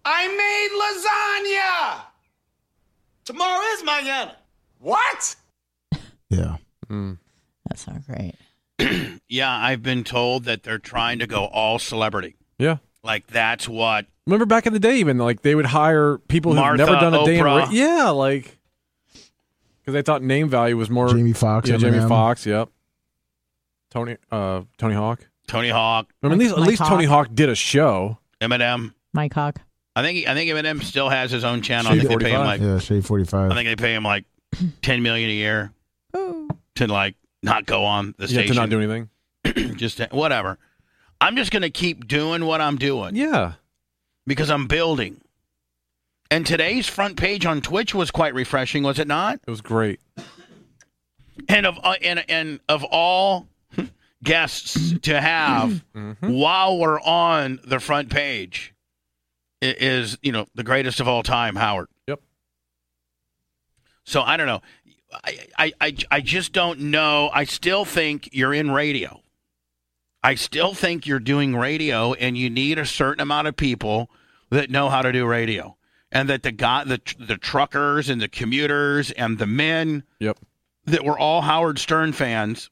Speaker 7: I made lasagna.
Speaker 8: Tomorrow is mañana.
Speaker 7: What?
Speaker 4: yeah.
Speaker 3: That's not great.
Speaker 1: Yeah, I've been told that they're trying to go all celebrity.
Speaker 2: Yeah.
Speaker 1: Like that's what
Speaker 2: Remember back in the day, even like they would hire people who've
Speaker 1: Martha,
Speaker 2: never done a day in
Speaker 1: Oprah.
Speaker 2: ra- yeah, like because they thought name value was more
Speaker 4: Jamie Foxx.
Speaker 2: yeah, Jamie
Speaker 4: Eminem.
Speaker 2: Fox, yep, Tony, uh, Tony Hawk.
Speaker 1: Tony Hawk,
Speaker 2: I mean, at least, at
Speaker 3: Mike
Speaker 2: least Tony
Speaker 3: Hawk.
Speaker 2: Hawk did a show.
Speaker 1: Eminem.
Speaker 3: Mike Hawk.
Speaker 1: I think I think Eminem still has his own channel. I think they pay him
Speaker 2: 45.
Speaker 1: like
Speaker 4: Yeah, Shade
Speaker 1: I
Speaker 4: 45.
Speaker 1: think they pay him like ten million a year to like not go on the
Speaker 2: Yeah,
Speaker 1: station.
Speaker 2: to not do anything.
Speaker 1: just to- whatever. I'm just gonna keep doing what I'm doing
Speaker 2: Yeah,
Speaker 1: because I'm building. And today's front page on Twitch was quite refreshing, was it not?
Speaker 2: it was great.
Speaker 1: And of uh, and and of all guests to have
Speaker 2: Mm-hmm,
Speaker 1: while we're on the front page i- is you know the greatest of all time, Howard.
Speaker 2: Yep.
Speaker 1: So I don't know. I, I, I, I just don't know. I still think you're in radio. I still think you're doing radio, and you need a certain amount of people that know how to do radio, and that the guy, the the truckers and the commuters and the men
Speaker 2: Yep.
Speaker 1: that were all Howard Stern fans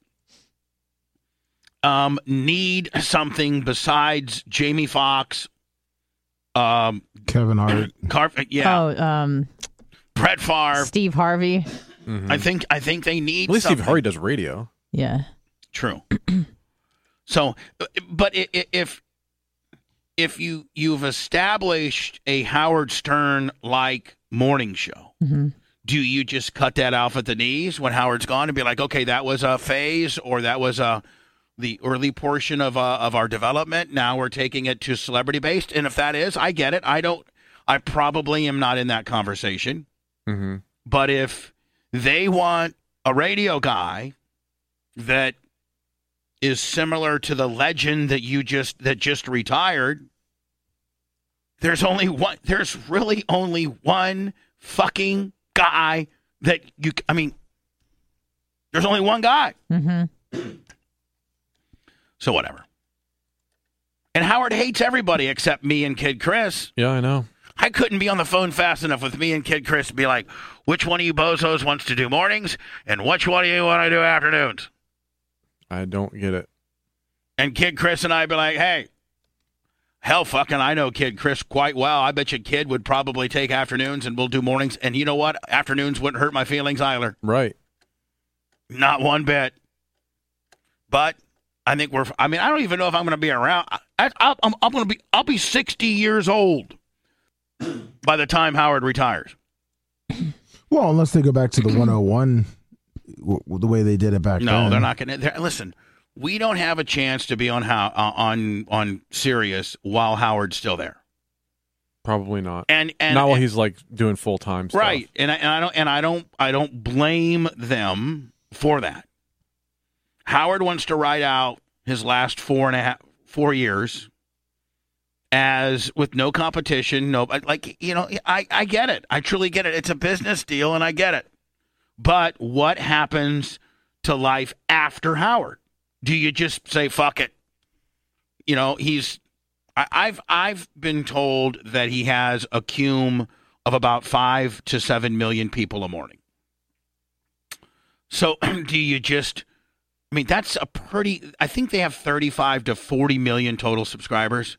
Speaker 1: um, need something besides Jamie Foxx, um,
Speaker 4: Kevin Hart.
Speaker 1: Car- yeah,
Speaker 3: Oh, um,
Speaker 1: Brett Favre.
Speaker 3: Steve Harvey.
Speaker 2: Mhm.
Speaker 1: I think I think they need
Speaker 2: At least Steve
Speaker 1: something.
Speaker 2: Harvey does radio.
Speaker 3: Yeah.
Speaker 1: True. so, but i- i- if if you you've established a Howard Stern like morning show,
Speaker 3: Mhm.
Speaker 1: do you just cut that off at the knees when Howard's gone and be like, okay, that was a phase or that was a the early portion of uh, of our development. Now we're taking it to celebrity based, and if that is, I get it. I don't. I probably am not in that conversation.
Speaker 2: Mm-hmm.
Speaker 1: But if they want a radio guy that is similar to the legend that you just that just retired, there's only one there's really only one fucking guy that you c- I mean there's only one guy.
Speaker 3: Mm-hmm.
Speaker 1: So whatever. And Howard hates everybody except me and Kid Chris.
Speaker 2: Yeah, I know.
Speaker 1: I couldn't be on the phone fast enough with me and Kid Chris to be like, which one of you bozos wants to do mornings and which one of you want to do afternoons?
Speaker 2: I don't get it.
Speaker 1: And Kid Chris and I be like, hey, hell fucking, I know Kid Chris quite well. I bet you Kid would probably take afternoons and we'll do mornings. And you know what? Afternoons wouldn't hurt my feelings either.
Speaker 2: Right.
Speaker 1: Not one bit. But I think we're, I mean, I don't even know if I'm going to be around. I, I, I'm, I'm going to be, I'll be 60 years old by the time Howard retires.
Speaker 4: Well, unless they go back to the 101, w- w- the way they did it back
Speaker 1: No,
Speaker 4: then.
Speaker 1: they're not going to. Listen, we don't have a chance to be on how uh, on on Sirius while Howard's still there.
Speaker 2: Probably not.
Speaker 1: And and
Speaker 2: not while he's like doing full time stuff.
Speaker 1: right. And I, and I don't and I don't I don't blame them for that. Howard wants to ride out his last four and a half four years as with no competition. No, like you know, I I get it. I truly get it. It's a business deal, and I get it. But what happens to life after Howard? Do you just say fuck it? You know, he's I, I've I've been told that he has a cume of about five to seven million people a morning. So do you just I mean that's a pretty I think they have thirty five to forty million total subscribers.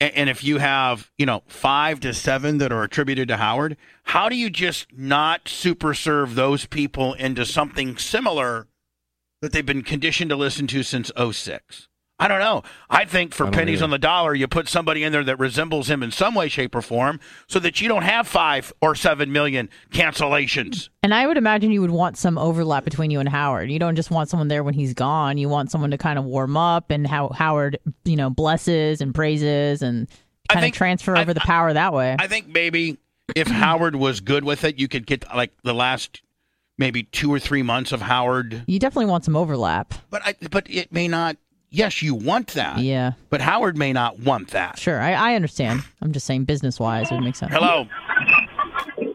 Speaker 1: And, and if you have, you know, five to seven that are attributed to Howard, how do you just not super serve those people into something similar that they've been conditioned to listen to since 06? I don't know. I think for
Speaker 2: don't
Speaker 1: pennies
Speaker 2: either.
Speaker 1: on the dollar, you put somebody in there that resembles him in some way, shape, or form, so that you don't have five or seven million cancellations.
Speaker 3: And I would imagine you would want some overlap between you and Howard. You don't just want someone there when he's gone. You want someone to kind of warm up and how Howard, you know, blesses and praises and
Speaker 1: I
Speaker 3: kind
Speaker 1: think-
Speaker 3: of transfer
Speaker 1: I-
Speaker 3: over the power that way.
Speaker 1: I think maybe if Howard was good with it, you could get like the last maybe two or three months of Howard.
Speaker 3: you definitely want some overlap.
Speaker 1: But I, but it may not. Yes, you want that.
Speaker 3: Yeah,
Speaker 1: But Howard may not want that.
Speaker 3: sure. I, I understand. I'm just saying business wise it would make sense.
Speaker 1: Hello.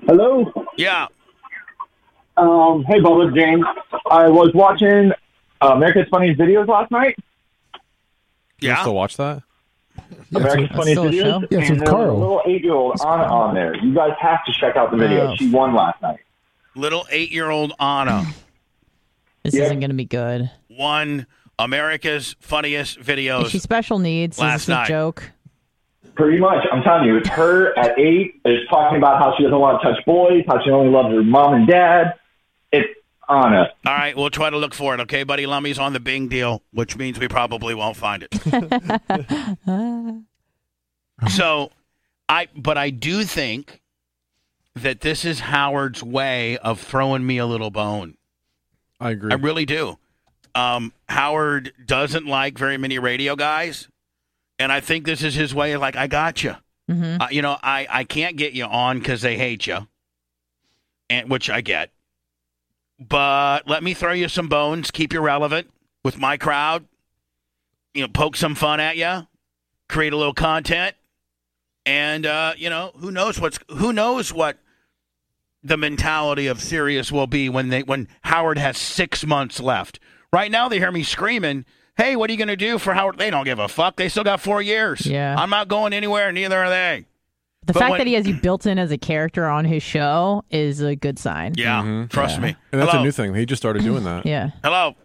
Speaker 10: Hello.
Speaker 1: Yeah.
Speaker 10: Um, hey, Bubba James. I was watching uh, America's Funniest Videos last night.
Speaker 2: You
Speaker 1: Yeah.
Speaker 2: still watch that?
Speaker 10: America's
Speaker 3: that's
Speaker 10: Funniest
Speaker 3: still a
Speaker 10: Videos.
Speaker 3: show?
Speaker 4: Yeah, it's
Speaker 10: and
Speaker 4: with
Speaker 10: there was
Speaker 4: Carl.
Speaker 10: a little eight-year-old Anna on there. You guys have to check out the video.
Speaker 3: Oh.
Speaker 10: She won last night.
Speaker 1: Little eight-year-old Anna
Speaker 3: This
Speaker 10: Yeah.
Speaker 3: isn't going to be good.
Speaker 1: won America's funniest videos.
Speaker 3: Is she special needs? Is
Speaker 1: Last
Speaker 3: this a
Speaker 1: night.
Speaker 3: joke?
Speaker 10: Pretty much, I'm telling you, it's her at eight is talking about how she doesn't want to touch boys, how she only loves her mom and dad. It's Anna.
Speaker 1: All right, we'll try to look for it, okay, buddy? Lummy's on the Bing deal, which means we probably won't find it. so, I but I do think that this is Howard's way of throwing me a little bone.
Speaker 2: I agree.
Speaker 1: I really do. Um, Howard doesn't like very many radio guys, and I think this is his way of like, I got you.
Speaker 3: hmm
Speaker 1: Uh, you know, I, I can't get you on because they hate you, and which I get. But let me throw you some bones. Keep you relevant with my crowd. You know, poke some fun at you, create a little content, and uh, you know, who knows what's who knows what the mentality of Sirius will be when they when Howard has six months left. Right now, they hear me screaming. Hey, what are you going to do for Howard? They don't give a fuck. They still got four years.
Speaker 3: Yeah.
Speaker 1: I'm not going anywhere. Neither are they.
Speaker 3: The
Speaker 1: But
Speaker 3: fact
Speaker 1: when-
Speaker 3: that he has you built in as a character on his show is a good sign.
Speaker 1: Yeah,
Speaker 2: Mhm.
Speaker 1: trust me.
Speaker 2: and that's
Speaker 1: Hello.
Speaker 2: a new thing. He just started doing that.
Speaker 3: Yeah.
Speaker 1: Hello.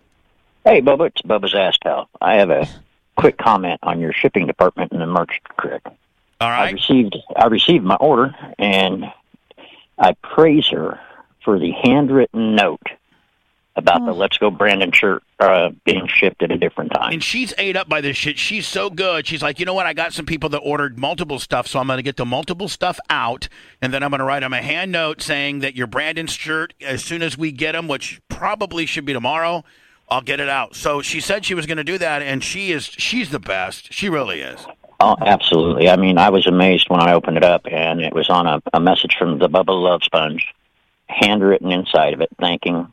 Speaker 11: Hey, Bubba, it's Bubba's Astow. I have a quick comment on your shipping department in the Merchant Creek.
Speaker 1: All
Speaker 11: I
Speaker 1: right.
Speaker 11: received I received my order, and I praise her for the handwritten note about the Let's Go Brandon shirt uh, being shipped at a different time.
Speaker 1: And she's ate up by this shit. She's so good. She's like, you know what? I got some people that ordered multiple stuff, so I'm going to get the multiple stuff out, and then I'm going to write them a hand note saying that your Brandon's shirt, as soon as we get them, which probably should be tomorrow, I'll get it out. So she said she was going to do that, and she is. She's the best. She really is.
Speaker 11: Oh, absolutely. I mean, I was amazed when I opened it up, and it was on a, a message from the Bubba Love Sponge, handwritten inside of it, thanking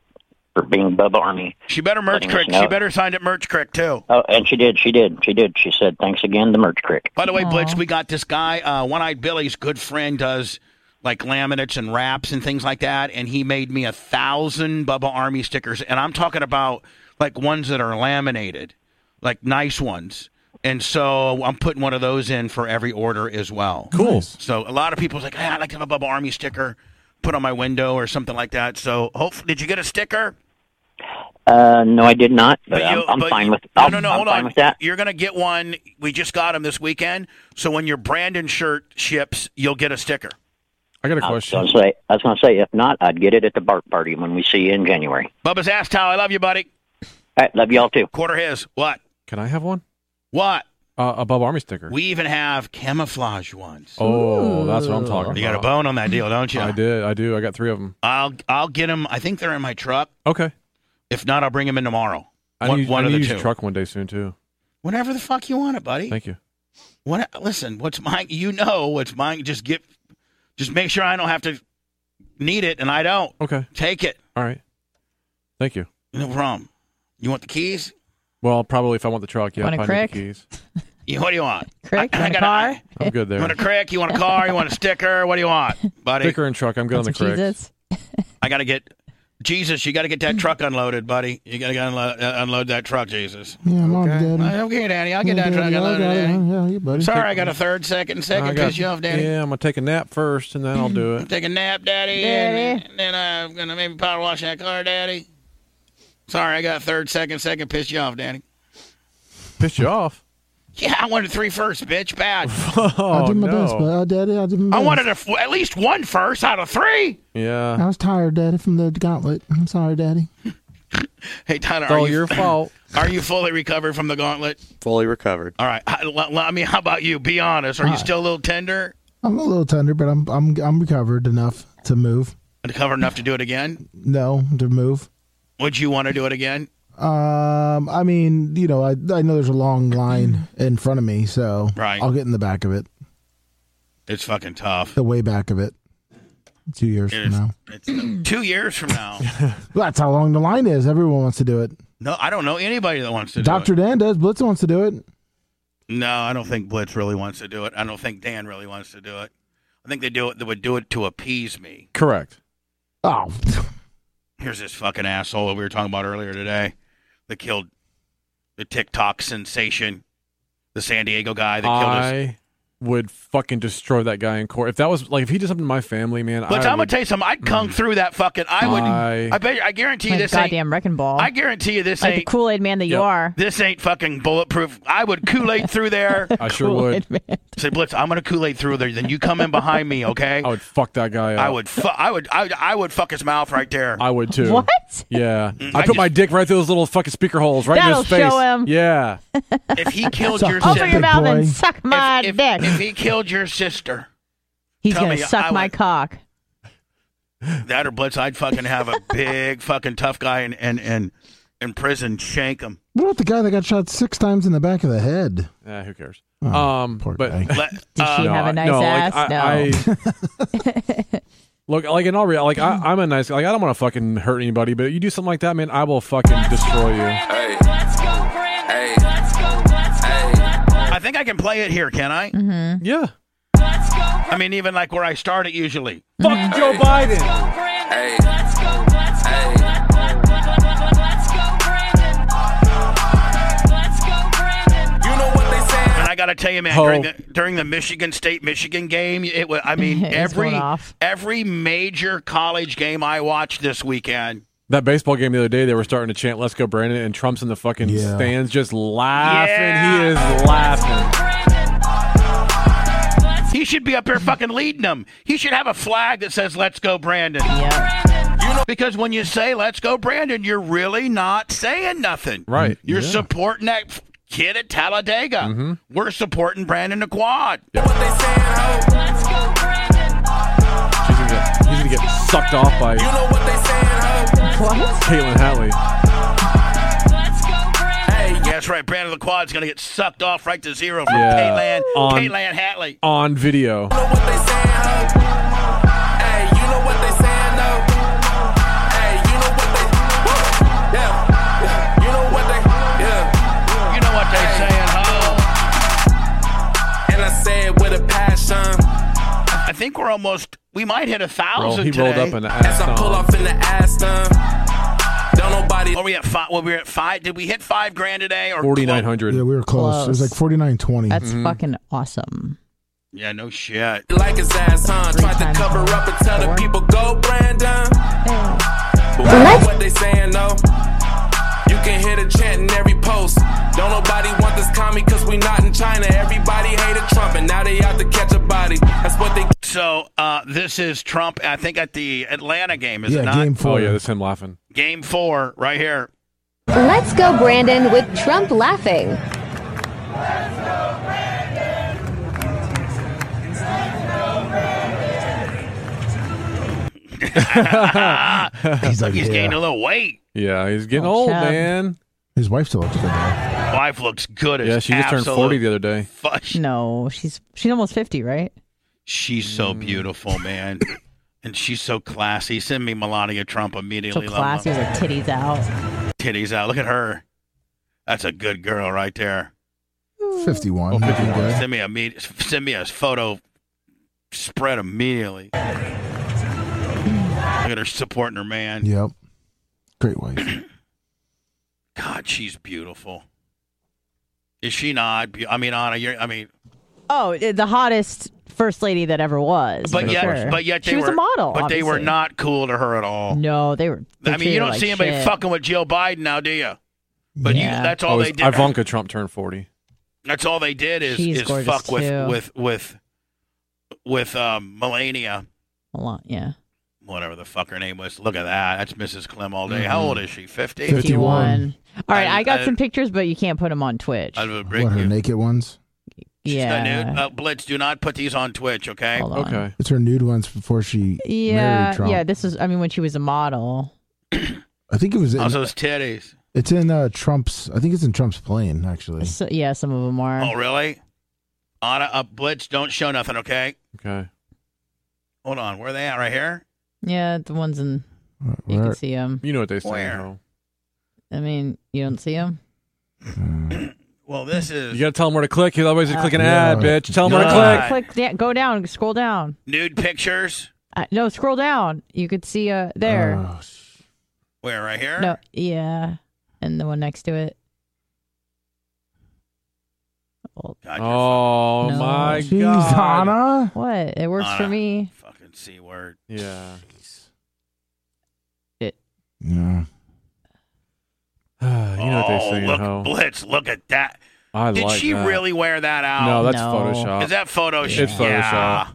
Speaker 11: for being Bubba Army.
Speaker 1: She better merch
Speaker 11: Letting us
Speaker 1: crick.
Speaker 11: know
Speaker 1: She
Speaker 11: it.
Speaker 1: better signed at merch crick too.
Speaker 11: Oh, and she did. She did. She did. She said, "Thanks again, the Merch Crick."
Speaker 1: By the way, Blitz,
Speaker 3: Aw.
Speaker 1: we got this guy, uh, One Eyed Billy's good friend, does like laminates and wraps and things like that. And he made me a thousand Bubba Army stickers. And I'm talking about like ones that are laminated, like nice ones. And so I'm putting one of those in for every order as well.
Speaker 2: Cool.
Speaker 1: So a lot of people's like, hey, I'd like to have a Bubba Army sticker put on my window or something like that. So hopefully, did you get a sticker?
Speaker 11: Uh, no, I did not. But,
Speaker 1: you-
Speaker 11: I'm, I'm
Speaker 1: but
Speaker 11: fine
Speaker 1: you-
Speaker 11: with.
Speaker 1: No,
Speaker 11: I'm,
Speaker 1: no, no.
Speaker 11: I'm
Speaker 1: hold
Speaker 11: fine
Speaker 1: on.
Speaker 11: with that.
Speaker 1: You're gonna get one. We just got them this weekend. So when your Brandon shirt ships, you'll get a sticker.
Speaker 2: I got a
Speaker 11: I was
Speaker 2: question.
Speaker 11: gonna say. I was gonna say, if not, I'd get it at the Bart party when we see you in January.
Speaker 1: Bubba's ass towel. I love you, buddy.
Speaker 11: All right, love y'all too.
Speaker 1: Quarter his. What?
Speaker 2: Can I have one?
Speaker 1: What?
Speaker 2: Uh, above army sticker.
Speaker 1: We even have camouflage ones.
Speaker 2: oh, that's what I'm talking
Speaker 1: You got a
Speaker 2: about.
Speaker 1: bone on that deal, don't you?
Speaker 2: I did. I do. I got three of them.
Speaker 1: I'll I'll get them. I think they're in my truck.
Speaker 2: Okay.
Speaker 1: If not, I'll bring them in tomorrow.
Speaker 2: I
Speaker 1: one
Speaker 2: need,
Speaker 1: one
Speaker 2: I
Speaker 1: of the
Speaker 2: need to use
Speaker 1: two.
Speaker 2: your truck one day soon too.
Speaker 1: Whenever the fuck you want it, buddy.
Speaker 2: Thank you.
Speaker 1: What? Listen, what's mine? You know what's mine. Just get. Just make sure I don't have to need it, and I don't
Speaker 2: Okay.
Speaker 1: take it.
Speaker 2: All right. Thank you.
Speaker 1: No problem. You want the keys?
Speaker 2: Well, probably if I want the truck, yeah.
Speaker 3: Want
Speaker 2: if
Speaker 3: a
Speaker 2: I need
Speaker 3: crick?
Speaker 2: the keys,
Speaker 1: You, what do you want?
Speaker 3: Crick,
Speaker 1: I-
Speaker 3: you
Speaker 1: I
Speaker 3: want a
Speaker 1: gotta-
Speaker 3: car?
Speaker 1: I-
Speaker 2: I'm good
Speaker 1: You
Speaker 2: there.
Speaker 1: want a crick? You want a car? You want a sticker? What do you want, buddy?
Speaker 2: Sticker and truck. I'm good
Speaker 3: Want
Speaker 2: on
Speaker 3: some
Speaker 2: the crick.
Speaker 3: cheeses?
Speaker 1: I gotta get Jesus. You gotta get that truck unloaded, buddy. You gotta, unload, uh, unload that truck, Jesus.
Speaker 4: Yeah, mom, daddy.
Speaker 1: Uh, Okay, Daddy. I'll get
Speaker 4: Yeah,
Speaker 1: that truck
Speaker 4: daddy, I
Speaker 1: unloaded,
Speaker 4: got it.
Speaker 1: Daddy.
Speaker 4: Yeah, you buddy.
Speaker 1: eh? Sorry, I got a third, second,
Speaker 2: I
Speaker 1: second.
Speaker 2: got-
Speaker 1: Piss you off, Daddy.
Speaker 2: Yeah, I'm gonna take a nap first, and then I'll do it.
Speaker 1: Take a nap, Daddy.
Speaker 3: Daddy.
Speaker 1: And, then I'm gonna maybe power wash that car, Daddy. Sorry, I got third, second, second. Piss you off, Daddy.
Speaker 2: Piss you off?
Speaker 1: Yeah, I wanted three first, bitch. Bad.
Speaker 2: Oh
Speaker 4: I did my
Speaker 2: no.
Speaker 4: best, but uh, daddy, I did my
Speaker 1: I
Speaker 4: best.
Speaker 1: wanted a f at least one first out of three.
Speaker 2: Yeah.
Speaker 4: I was tired, daddy, from the gauntlet. I'm sorry, daddy.
Speaker 1: Hey, Tyler,
Speaker 2: It's
Speaker 1: are
Speaker 2: all
Speaker 1: you,
Speaker 2: your fault.
Speaker 1: Are you fully recovered from the gauntlet?
Speaker 5: Fully recovered.
Speaker 1: All right. I, l- l- I mean, how about you? Be honest. Are you still a little tender?
Speaker 4: I'm a little tender, but I'm I'm I'm recovered enough to move.
Speaker 1: Recovered enough to do it again?
Speaker 4: No, to move.
Speaker 1: Would you want to do it again?
Speaker 4: Um, I mean, you know, I I know there's a long line in front of me, so
Speaker 1: Mm-hmm. Right.
Speaker 4: I'll get in the back of it,
Speaker 1: It's fucking tough.
Speaker 4: the way back of it. Two years
Speaker 1: It
Speaker 4: from
Speaker 1: is-
Speaker 4: now,
Speaker 1: it's- two years from now.
Speaker 4: Well, that's how long the line is. Everyone wants to do it.
Speaker 1: No, I don't know anybody that wants to do
Speaker 4: Doctor
Speaker 1: it.
Speaker 4: Dan does. Blitz wants to do it.
Speaker 1: No, I don't think Blitz really wants to do it. I don't think Dan really wants to do it. I think they do it. They would do it to appease me.
Speaker 2: Correct.
Speaker 4: Oh,
Speaker 1: Here's this fucking asshole that we were talking about earlier today that killed the TikTok sensation, the San Diego guy that killed us.
Speaker 2: I would fucking destroy that guy in court if that was like if he did something to my family, man.
Speaker 1: But
Speaker 2: I
Speaker 1: I'm gonna
Speaker 2: would, Mm.
Speaker 1: tell you something. I'd come through that fucking. I would.
Speaker 2: I-
Speaker 1: I, bet. you- I guarantee you
Speaker 3: Like
Speaker 1: this ain't.
Speaker 3: goddamn wrecking ball.
Speaker 1: I guarantee you this
Speaker 3: like the
Speaker 1: ain't.
Speaker 3: Kool Aid man that you are.
Speaker 1: This ain't fucking bulletproof. I would Kool Aid through there.
Speaker 2: I sure would.
Speaker 1: Say Blitz, I'm gonna Kool Aid through there. Then you come in behind me, okay?
Speaker 2: I would fuck that guy. Up.
Speaker 1: I would. Fu- I would. I, I would fuck his mouth right there.
Speaker 2: I would too.
Speaker 3: What?
Speaker 2: Yeah, I,
Speaker 1: Mm,
Speaker 2: put
Speaker 1: I
Speaker 2: my dick right through those little fucking speaker holes right in
Speaker 3: That'll
Speaker 2: his face.
Speaker 3: show him.
Speaker 2: Yeah,
Speaker 1: If he killed
Speaker 4: Suck
Speaker 1: your
Speaker 4: my
Speaker 3: Open
Speaker 1: sister,
Speaker 3: your
Speaker 4: dick.
Speaker 3: mouth and
Speaker 4: boy.
Speaker 3: suck my
Speaker 1: if,
Speaker 3: dick.
Speaker 1: if he killed your sister,
Speaker 3: He's
Speaker 1: tell
Speaker 3: gonna
Speaker 1: me,
Speaker 3: suck
Speaker 1: I
Speaker 3: my
Speaker 1: would-
Speaker 3: cock.
Speaker 1: that or Blitz, I'd fucking have a big fucking tough guy in in in, in prison shank him.
Speaker 4: what about the guy that got shot six times in the back of the head?
Speaker 2: Eh, who cares?
Speaker 4: Oh,
Speaker 2: um,
Speaker 4: poor
Speaker 2: but
Speaker 4: guy.
Speaker 1: Let,
Speaker 3: Did
Speaker 1: uh,
Speaker 3: she
Speaker 2: no,
Speaker 3: have
Speaker 2: I-
Speaker 3: a nice
Speaker 2: no,
Speaker 3: ass?
Speaker 2: Like,
Speaker 3: no.
Speaker 2: I, I- look, like in all real, like I, I'm a nice, like I don't want to fucking hurt anybody, but you do something like that, man, I will fucking destroy you.
Speaker 7: Hey.
Speaker 9: Let's go, Brandon.
Speaker 7: Hey.
Speaker 9: Let's go, let's go, let's go.
Speaker 1: I think I can play it here, can I?
Speaker 3: Mm-hmm.
Speaker 2: Yeah,
Speaker 9: Let's go,
Speaker 1: I mean, even like where I start it usually.
Speaker 3: Mm-hmm.
Speaker 2: fucking Joe Biden.
Speaker 9: Brandon.
Speaker 7: Hey.
Speaker 9: Let's go, let's go, let's go, Brandon. Let's go, Brandon.
Speaker 7: You know what they say?
Speaker 1: And I got to tell you, man,
Speaker 2: Ho.
Speaker 1: during the during the Michigan State Michigan game, it was. I mean,
Speaker 3: It's
Speaker 1: every
Speaker 3: going off.
Speaker 1: every major college game I watched this weekend.
Speaker 2: That baseball game the other day, they were starting to chant "Let's go, Brandon," and Trump's in the fucking
Speaker 4: Yeah.
Speaker 2: stands just laughing. He
Speaker 1: Yeah.
Speaker 2: is laughing.
Speaker 1: He should be up there fucking leading them. He should have a flag that says "Let's go, Brandon."
Speaker 3: yeah.
Speaker 1: Because when you say "Let's go, Brandon," you're really not saying nothing.
Speaker 2: Right.
Speaker 1: You're
Speaker 2: Yeah.
Speaker 1: supporting that f- kid at Talladega. We're supporting Brandon the Quad.
Speaker 2: She's gonna get, he's gonna get sucked off by
Speaker 3: What?
Speaker 2: Caitlin Hatley.
Speaker 1: Yeah, that's right. Brandon the Quad's gonna get sucked off right to zero from
Speaker 2: Yeah.
Speaker 1: Caitlin,
Speaker 2: On-
Speaker 1: Caitlin Hatley.
Speaker 2: on video.
Speaker 1: You know what they saying, huh? I think we're almost. We might hit a
Speaker 2: Bro,
Speaker 1: thousand
Speaker 2: he
Speaker 1: today.
Speaker 2: rolled up in the ass. song.
Speaker 1: Are we at five? Well, we were at five. Did we hit five grand today? Or close?
Speaker 2: 4,900.
Speaker 4: Yeah, we were close. It was
Speaker 3: Close.
Speaker 4: like forty nine twenty.
Speaker 3: That's fucking awesome.
Speaker 1: Yeah, no shit.
Speaker 7: Like his ass, huh? Tried to
Speaker 3: times.
Speaker 7: cover up and tell the
Speaker 3: Four.
Speaker 7: people go Brandon. But we know what they saying though. You can hear the chant in every post. Don't nobody want this commie cause we not in China. Everybody hated Trump and now they out to catch a body. That's what they
Speaker 1: So uh, this is Trump. I think at the Atlanta game is
Speaker 4: yeah,
Speaker 1: it not?
Speaker 4: game
Speaker 2: Oh,
Speaker 4: four.
Speaker 2: yeah, that's him laughing.
Speaker 1: Game four, right here.
Speaker 12: Let's go, Brandon, with Trump laughing.
Speaker 4: He's like,
Speaker 1: He's
Speaker 4: yeah.
Speaker 1: gaining a little weight.
Speaker 2: Yeah, he's getting
Speaker 3: Oh,
Speaker 2: old,
Speaker 3: Chad.
Speaker 2: man.
Speaker 4: His wife still looks good. though.
Speaker 1: Wife looks good as
Speaker 2: Yeah, she just turned
Speaker 1: absolute
Speaker 2: 40 the other day.
Speaker 1: fush.
Speaker 3: No, she's she's almost fifty, right?
Speaker 1: She's so beautiful, man, and she's so classy. Send me Melania Trump
Speaker 3: So
Speaker 1: immediately. Love
Speaker 3: classy
Speaker 1: her.
Speaker 3: with her titties out.
Speaker 1: Titties out. Look at her. That's a good girl right there.
Speaker 4: 51.
Speaker 2: Oh,
Speaker 4: Looking
Speaker 2: 51.
Speaker 4: good.
Speaker 1: Send me a me- send me a photo spread immediately. Look
Speaker 4: Mm.
Speaker 1: at her supporting her man.
Speaker 4: Yep. Great wife.
Speaker 1: God, she's beautiful. Is she not? be- I mean, Anna, you're, I mean,
Speaker 3: Oh, the hottest first lady that ever was.
Speaker 1: but
Speaker 3: for
Speaker 1: yet,
Speaker 3: sure.
Speaker 1: but yet they
Speaker 3: she was
Speaker 1: were
Speaker 3: a model.
Speaker 1: but they were
Speaker 3: obviously.
Speaker 1: not cool to her at all.
Speaker 3: No, they were. they
Speaker 1: I mean,
Speaker 3: treated
Speaker 1: you
Speaker 3: her
Speaker 1: don't
Speaker 3: like
Speaker 1: see anybody
Speaker 3: shit.
Speaker 1: fucking with Jill Biden now, do you? But
Speaker 3: Yeah.
Speaker 1: you, that's
Speaker 2: Oh,
Speaker 1: all
Speaker 2: it was
Speaker 1: they did.
Speaker 2: Ivanka Trump turned 40.
Speaker 1: That's all they did is,
Speaker 3: She's
Speaker 1: is
Speaker 3: gorgeous,
Speaker 1: fuck with
Speaker 3: too.
Speaker 1: with with with um, Melania.
Speaker 3: a lot. Yeah,
Speaker 1: whatever the fuck her name was. Look at that. That's Mrs. Clem all day.
Speaker 3: Mm-hmm.
Speaker 1: How old is she? 50?
Speaker 3: 51. All right,
Speaker 1: I-
Speaker 3: I, got
Speaker 1: I-
Speaker 3: some pictures, but you can't put them on Twitch.
Speaker 1: I would break
Speaker 4: What, her
Speaker 1: you.
Speaker 4: naked ones?
Speaker 1: No,
Speaker 3: Yeah.
Speaker 1: dude. Uh, Blitz, do not put these on Twitch, okay?
Speaker 2: Oh, Okay.
Speaker 4: It's her nude ones before she married
Speaker 3: Yeah.
Speaker 4: Trump.
Speaker 3: Yeah. This is, I mean, when she was a model.
Speaker 4: I think it was in,
Speaker 1: Also, those titties.
Speaker 4: it's in uh, Trump's. I think it's in Trump's plane actually.
Speaker 3: So, yeah, some of them are.
Speaker 2: Uh-huh.
Speaker 1: Oh, really? Anna, uh, Blitz, don't show nothing, okay?
Speaker 2: Okay.
Speaker 1: Hold on. Where are they at? Right here?
Speaker 3: Yeah, the ones in, you can see them.
Speaker 2: You know what they say.
Speaker 1: Where?
Speaker 2: though.
Speaker 3: I mean, you don't see them?
Speaker 1: Well, this is
Speaker 2: You gotta tell them where to click. Otherwise, you
Speaker 3: Uh,
Speaker 2: click an
Speaker 1: Yeah.
Speaker 2: ad, bitch. Tell them where
Speaker 1: God.
Speaker 2: to click.
Speaker 3: Click, da- go down, scroll down.
Speaker 1: nude pictures.
Speaker 3: Uh, no, scroll down. You could see uh, there.
Speaker 4: Oh,
Speaker 1: Where? Right here?
Speaker 3: No, yeah, and the one next to it.
Speaker 2: Oh
Speaker 3: No.
Speaker 2: my
Speaker 3: Jeez,
Speaker 2: god.
Speaker 4: Anna.
Speaker 3: What? It works for
Speaker 1: Anna.
Speaker 3: me.
Speaker 1: Fucking C word.
Speaker 2: Yeah.
Speaker 4: Yeah.
Speaker 2: you know what they say,
Speaker 1: oh, look,
Speaker 2: ho.
Speaker 1: Blitz, look at that.
Speaker 2: I
Speaker 1: Did
Speaker 2: like
Speaker 1: she
Speaker 2: that.
Speaker 1: really wear that out?
Speaker 2: No, that's No. Photoshop.
Speaker 1: Is that Photoshop?
Speaker 2: It's
Speaker 1: Yeah.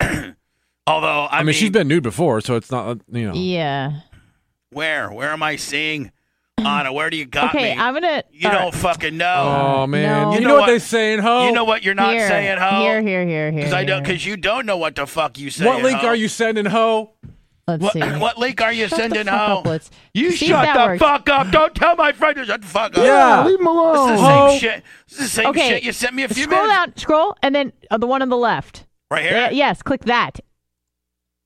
Speaker 2: Photoshop.
Speaker 1: Although, I,
Speaker 2: I mean, she's been nude before, so it's not uh, you know.
Speaker 3: Yeah.
Speaker 1: Where? Where am I seeing Anna? Where do you got
Speaker 3: okay,
Speaker 1: me?
Speaker 3: I'm gonna.
Speaker 1: you
Speaker 3: all
Speaker 1: don't
Speaker 3: right.
Speaker 1: fucking know.
Speaker 2: Oh man,
Speaker 1: No.
Speaker 2: you,
Speaker 1: You
Speaker 2: know,
Speaker 1: know
Speaker 2: what,
Speaker 1: what-
Speaker 2: they saying, ho?
Speaker 1: You know what you're not
Speaker 3: here,
Speaker 1: saying, ho?
Speaker 3: Here, here, here, here.
Speaker 1: Because I
Speaker 3: here.
Speaker 1: don't. Because you don't know what the fuck you saying.
Speaker 2: What link
Speaker 1: ho.
Speaker 2: are you sending, ho?
Speaker 3: Let's
Speaker 1: What,
Speaker 3: see.
Speaker 1: what link are you
Speaker 3: Shut the
Speaker 1: sending,
Speaker 3: fuck
Speaker 1: ho?
Speaker 3: up, Blitz.
Speaker 1: You
Speaker 3: See if
Speaker 1: shut
Speaker 3: that
Speaker 1: the
Speaker 3: works.
Speaker 1: fuck up! Don't tell my friend to shut the fuck up.
Speaker 2: Yeah.
Speaker 4: Leave him alone.
Speaker 1: It's the
Speaker 2: Ho.
Speaker 1: same shit. It's the same
Speaker 3: Okay.
Speaker 1: shit you sent me a few
Speaker 3: scroll
Speaker 1: minutes.
Speaker 3: down, scroll, and then uh, the one on the left.
Speaker 1: Right here.
Speaker 3: There- yes, click that.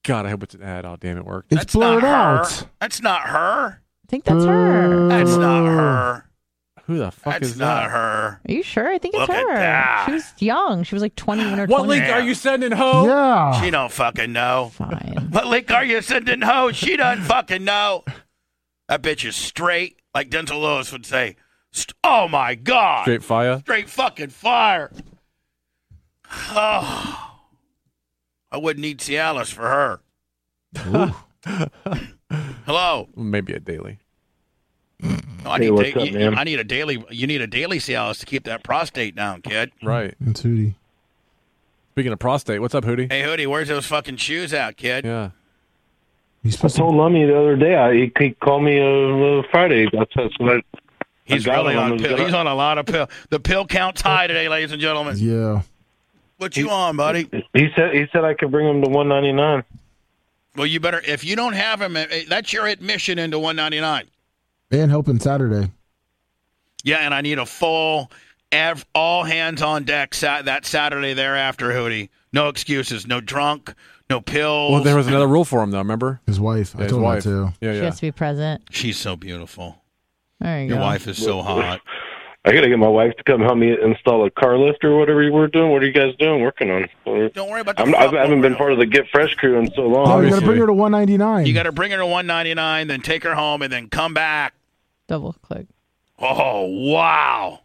Speaker 2: God, I hope it's an ad. Oh damn, it worked.
Speaker 4: It's blurred
Speaker 1: not
Speaker 4: out.
Speaker 1: Her. That's not her.
Speaker 3: I think that's her.
Speaker 1: That's not her.
Speaker 2: Who the Mm. fuck
Speaker 1: That's
Speaker 2: is
Speaker 1: not
Speaker 2: that?
Speaker 1: her.
Speaker 3: Are you sure? I think it's
Speaker 1: Look at
Speaker 3: her.
Speaker 1: that.
Speaker 3: She was young. She was like 21 or
Speaker 2: What
Speaker 3: 20.
Speaker 2: link
Speaker 1: Yeah.
Speaker 2: are you sending, ho? Ah.
Speaker 4: Yeah.
Speaker 1: Oh, She don't fucking know.
Speaker 3: Fine.
Speaker 1: What link are you sending ho? She doesn't fucking know. That bitch is straight, like Dental Lewis would say. St- oh my god, straight,
Speaker 2: Straight fire.
Speaker 1: fucking fire. Oh, I wouldn't need Cialis for her. Hello.
Speaker 2: Maybe a daily.
Speaker 1: No, I,
Speaker 10: Hey,
Speaker 1: need
Speaker 10: what's up,
Speaker 1: you-
Speaker 10: man?
Speaker 1: I need a daily. You need a daily Cialis to keep that prostate down, kid.
Speaker 2: Right.
Speaker 4: It's Hootie.
Speaker 2: Speaking of prostate, what's up, Hootie?
Speaker 1: Hey, Hoodie, where's those fucking shoes out, kid?
Speaker 2: Yeah.
Speaker 4: He's
Speaker 10: I
Speaker 4: supposed to.
Speaker 10: told Lummy the other day. I, he, he called me uh, Friday. That's, that's what I,
Speaker 1: He's
Speaker 10: I got Oh.
Speaker 1: really
Speaker 10: him
Speaker 1: on
Speaker 10: the
Speaker 1: pill.
Speaker 10: guy.
Speaker 1: He's on a lot of pill. The pill count's high today, ladies and gentlemen.
Speaker 4: Yeah.
Speaker 1: What you on, buddy?
Speaker 10: He said he said I could bring him to 199.
Speaker 1: Well, you better if you don't have him. eh, eh, That's your admission into 199.
Speaker 4: And helping Saturday.
Speaker 1: Yeah, and I need a full, ev- all hands on deck sat- that Saturday thereafter, Hootie. No excuses. No drunk. No pills.
Speaker 2: Well, there was another rule for him though. Remember?
Speaker 4: His wife.
Speaker 2: Yeah,
Speaker 4: I
Speaker 2: his
Speaker 4: told
Speaker 2: wife.
Speaker 4: him that
Speaker 2: Yeah,
Speaker 3: She
Speaker 2: yeah.
Speaker 3: has to be present.
Speaker 1: She's so beautiful.
Speaker 3: There you
Speaker 1: Your
Speaker 3: go.
Speaker 1: wife is so hot.
Speaker 10: I gotta get my wife to come help me install a car lift or whatever you were doing. What are you guys doing? Working on?
Speaker 1: Don't worry about the.
Speaker 10: I'm,
Speaker 1: fuck
Speaker 10: I've, I haven't
Speaker 1: over
Speaker 10: been
Speaker 1: it.
Speaker 10: part of the Get Fresh crew in so long.
Speaker 4: Oh, you got
Speaker 2: Obviously.
Speaker 4: to bring her to 199.
Speaker 1: You got to bring her to 199, then take her home, and then come back.
Speaker 3: Double click.
Speaker 1: Oh wow!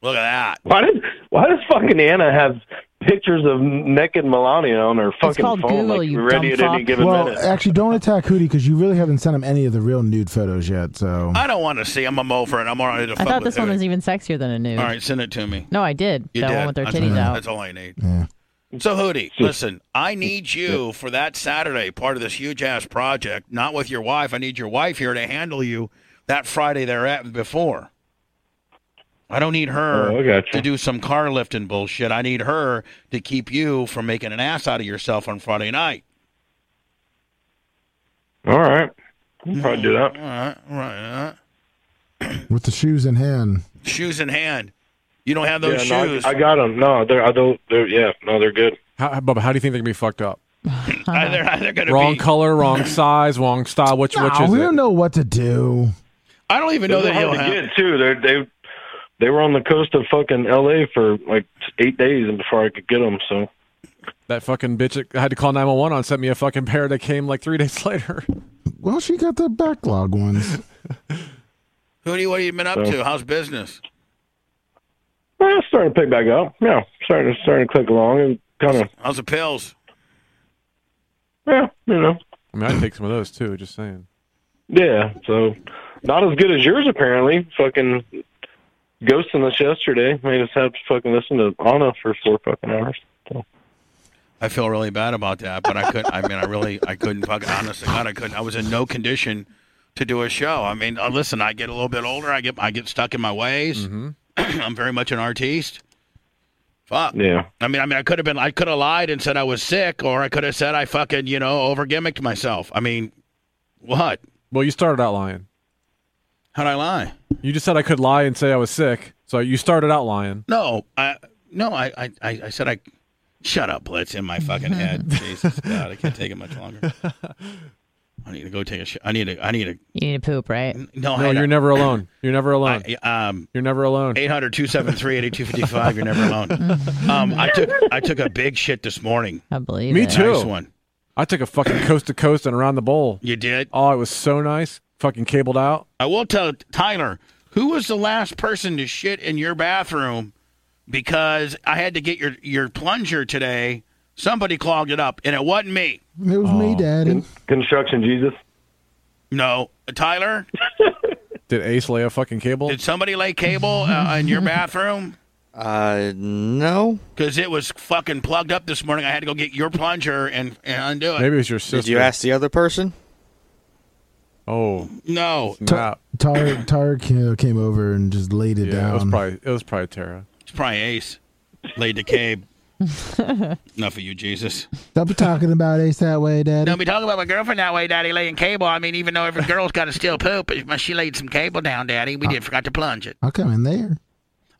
Speaker 1: Look at that.
Speaker 10: Why does Why does fucking Anna have pictures of naked Melania on her fucking
Speaker 3: called
Speaker 10: phone,
Speaker 3: Google,
Speaker 10: like
Speaker 3: you
Speaker 10: ready at
Speaker 3: dumb
Speaker 10: any
Speaker 3: fuck.
Speaker 10: given
Speaker 4: well,
Speaker 10: minute?
Speaker 4: actually, don't attack Hootie because you really haven't sent him any of the real nude photos yet. So
Speaker 1: I don't want to see. I'm a mofer, and I'm already to
Speaker 3: I
Speaker 1: fuck
Speaker 3: thought
Speaker 1: with
Speaker 3: this one
Speaker 1: Hootie.
Speaker 3: was even sexier than a nude.
Speaker 1: All right, send it to me.
Speaker 3: No, I did.
Speaker 1: You
Speaker 3: that
Speaker 1: did.
Speaker 3: one with their
Speaker 1: that's,
Speaker 3: titties
Speaker 1: all,
Speaker 3: out.
Speaker 1: that's all I need.
Speaker 4: Yeah.
Speaker 1: So Hootie, listen, I need you for that Saturday part of this huge ass project. Not with your wife. I need your wife here to handle you that Friday there at before. I don't need her
Speaker 10: Oh, I gotcha.
Speaker 1: to do some car lifting bullshit. I need her to keep you from making an ass out of yourself on Friday night.
Speaker 10: All right, I'll probably do that.
Speaker 1: All right, all right. All right.
Speaker 4: with the shoes in hand,
Speaker 1: shoes in hand. You don't have those
Speaker 10: yeah,
Speaker 1: shoes.
Speaker 10: No, I, I got them. No, they're I don't. They're yeah. No, they're good.
Speaker 2: How, Bubba, how do you think they're gonna be fucked up?
Speaker 1: Either, either gonna
Speaker 2: Wrong
Speaker 1: be,
Speaker 2: color, wrong size, wrong style. Which which
Speaker 4: Oh,
Speaker 2: is
Speaker 4: we
Speaker 2: it?
Speaker 4: don't know what to do.
Speaker 1: I don't even
Speaker 10: They're
Speaker 1: know that he'll
Speaker 10: hard to
Speaker 1: have.
Speaker 10: get too. They're they. They were on the coast of fucking L.A. for like eight days before I could get them. So
Speaker 2: That fucking bitch that I had to call 911 on sent me a fucking pair that came like three days later.
Speaker 4: Well, she got the backlog ones.
Speaker 1: Who do you, what have you been up
Speaker 10: So-
Speaker 1: to? How's business?
Speaker 10: well, it's starting to pick back up. Yeah, starting to starting to click along and kind of
Speaker 1: How's the pills?
Speaker 10: yeah, you know,
Speaker 2: I mean, I'd take some of those too, just saying.
Speaker 10: yeah. So not as good as yours apparently. Fucking ghosting us yesterday made us have to fucking listen to Anna for four fucking hours. So.
Speaker 1: I feel really bad about that, but I couldn't. I mean, I really, I couldn't fucking. Honest to God, I couldn't. I was in no condition to do a show. I mean, uh, listen, I get a little bit older. I get, I get stuck in my ways. I'm very much an artiste. Fuck.
Speaker 10: Yeah.
Speaker 1: I mean, I mean, I could have been, I could have lied and said I was sick, or I could have said I fucking, you know, over gimmicked myself. I mean, what?
Speaker 2: Well, you started out lying.
Speaker 1: How'd I lie?
Speaker 2: You just said I could lie and say I was sick, so you started out lying.
Speaker 1: No, I, no, I, I, I I said I. Shut up, Blitz, in my fucking head. Jesus God, I can't take it much longer. I need to go take a shit. I need to. I need to.
Speaker 3: You need to poop, right?
Speaker 1: No, I
Speaker 2: No,
Speaker 1: had
Speaker 2: you're
Speaker 1: a-
Speaker 2: never alone. You're never alone.
Speaker 1: um,
Speaker 2: you're never alone.
Speaker 1: 800 273 8255. You're never alone. Um, I took I took a big shit this morning.
Speaker 3: I believe
Speaker 2: Me
Speaker 3: it.
Speaker 2: too.
Speaker 1: Nice one.
Speaker 2: I took a fucking coast to coast and around the bowl.
Speaker 1: You did?
Speaker 2: Oh, it was so nice. Fucking cabled out.
Speaker 1: I will tell Tyler, who was the last person to shit in your bathroom because I had to get your, your plunger today. Somebody clogged it up, and it wasn't me.
Speaker 4: It was me, Daddy.
Speaker 10: Construction Jesus.
Speaker 1: No. Tyler,
Speaker 2: Did Ace lay a fucking cable?
Speaker 1: did somebody lay cable uh, in your bathroom?
Speaker 5: Uh, no.
Speaker 1: Because it was fucking plugged up this morning. I had to go get your plunger and, and undo it.
Speaker 2: Maybe it was your sister.
Speaker 5: Did you ask the other person?
Speaker 2: Oh,
Speaker 1: No.
Speaker 2: snap.
Speaker 4: Tar Tar ca- came over and just laid it
Speaker 2: Yeah,
Speaker 4: down.
Speaker 2: it was probably it was probably Tara.
Speaker 1: It's probably Ace. Laid the cable. Enough of you, Jesus.
Speaker 4: Stop talking about Ace that way, Daddy.
Speaker 1: Don't be talking about my girlfriend that way, Daddy, laying cable. I mean, even though every girl's got to still poop, but she laid some cable down, Daddy. We did forgot to plunge it.
Speaker 4: I'll come in there.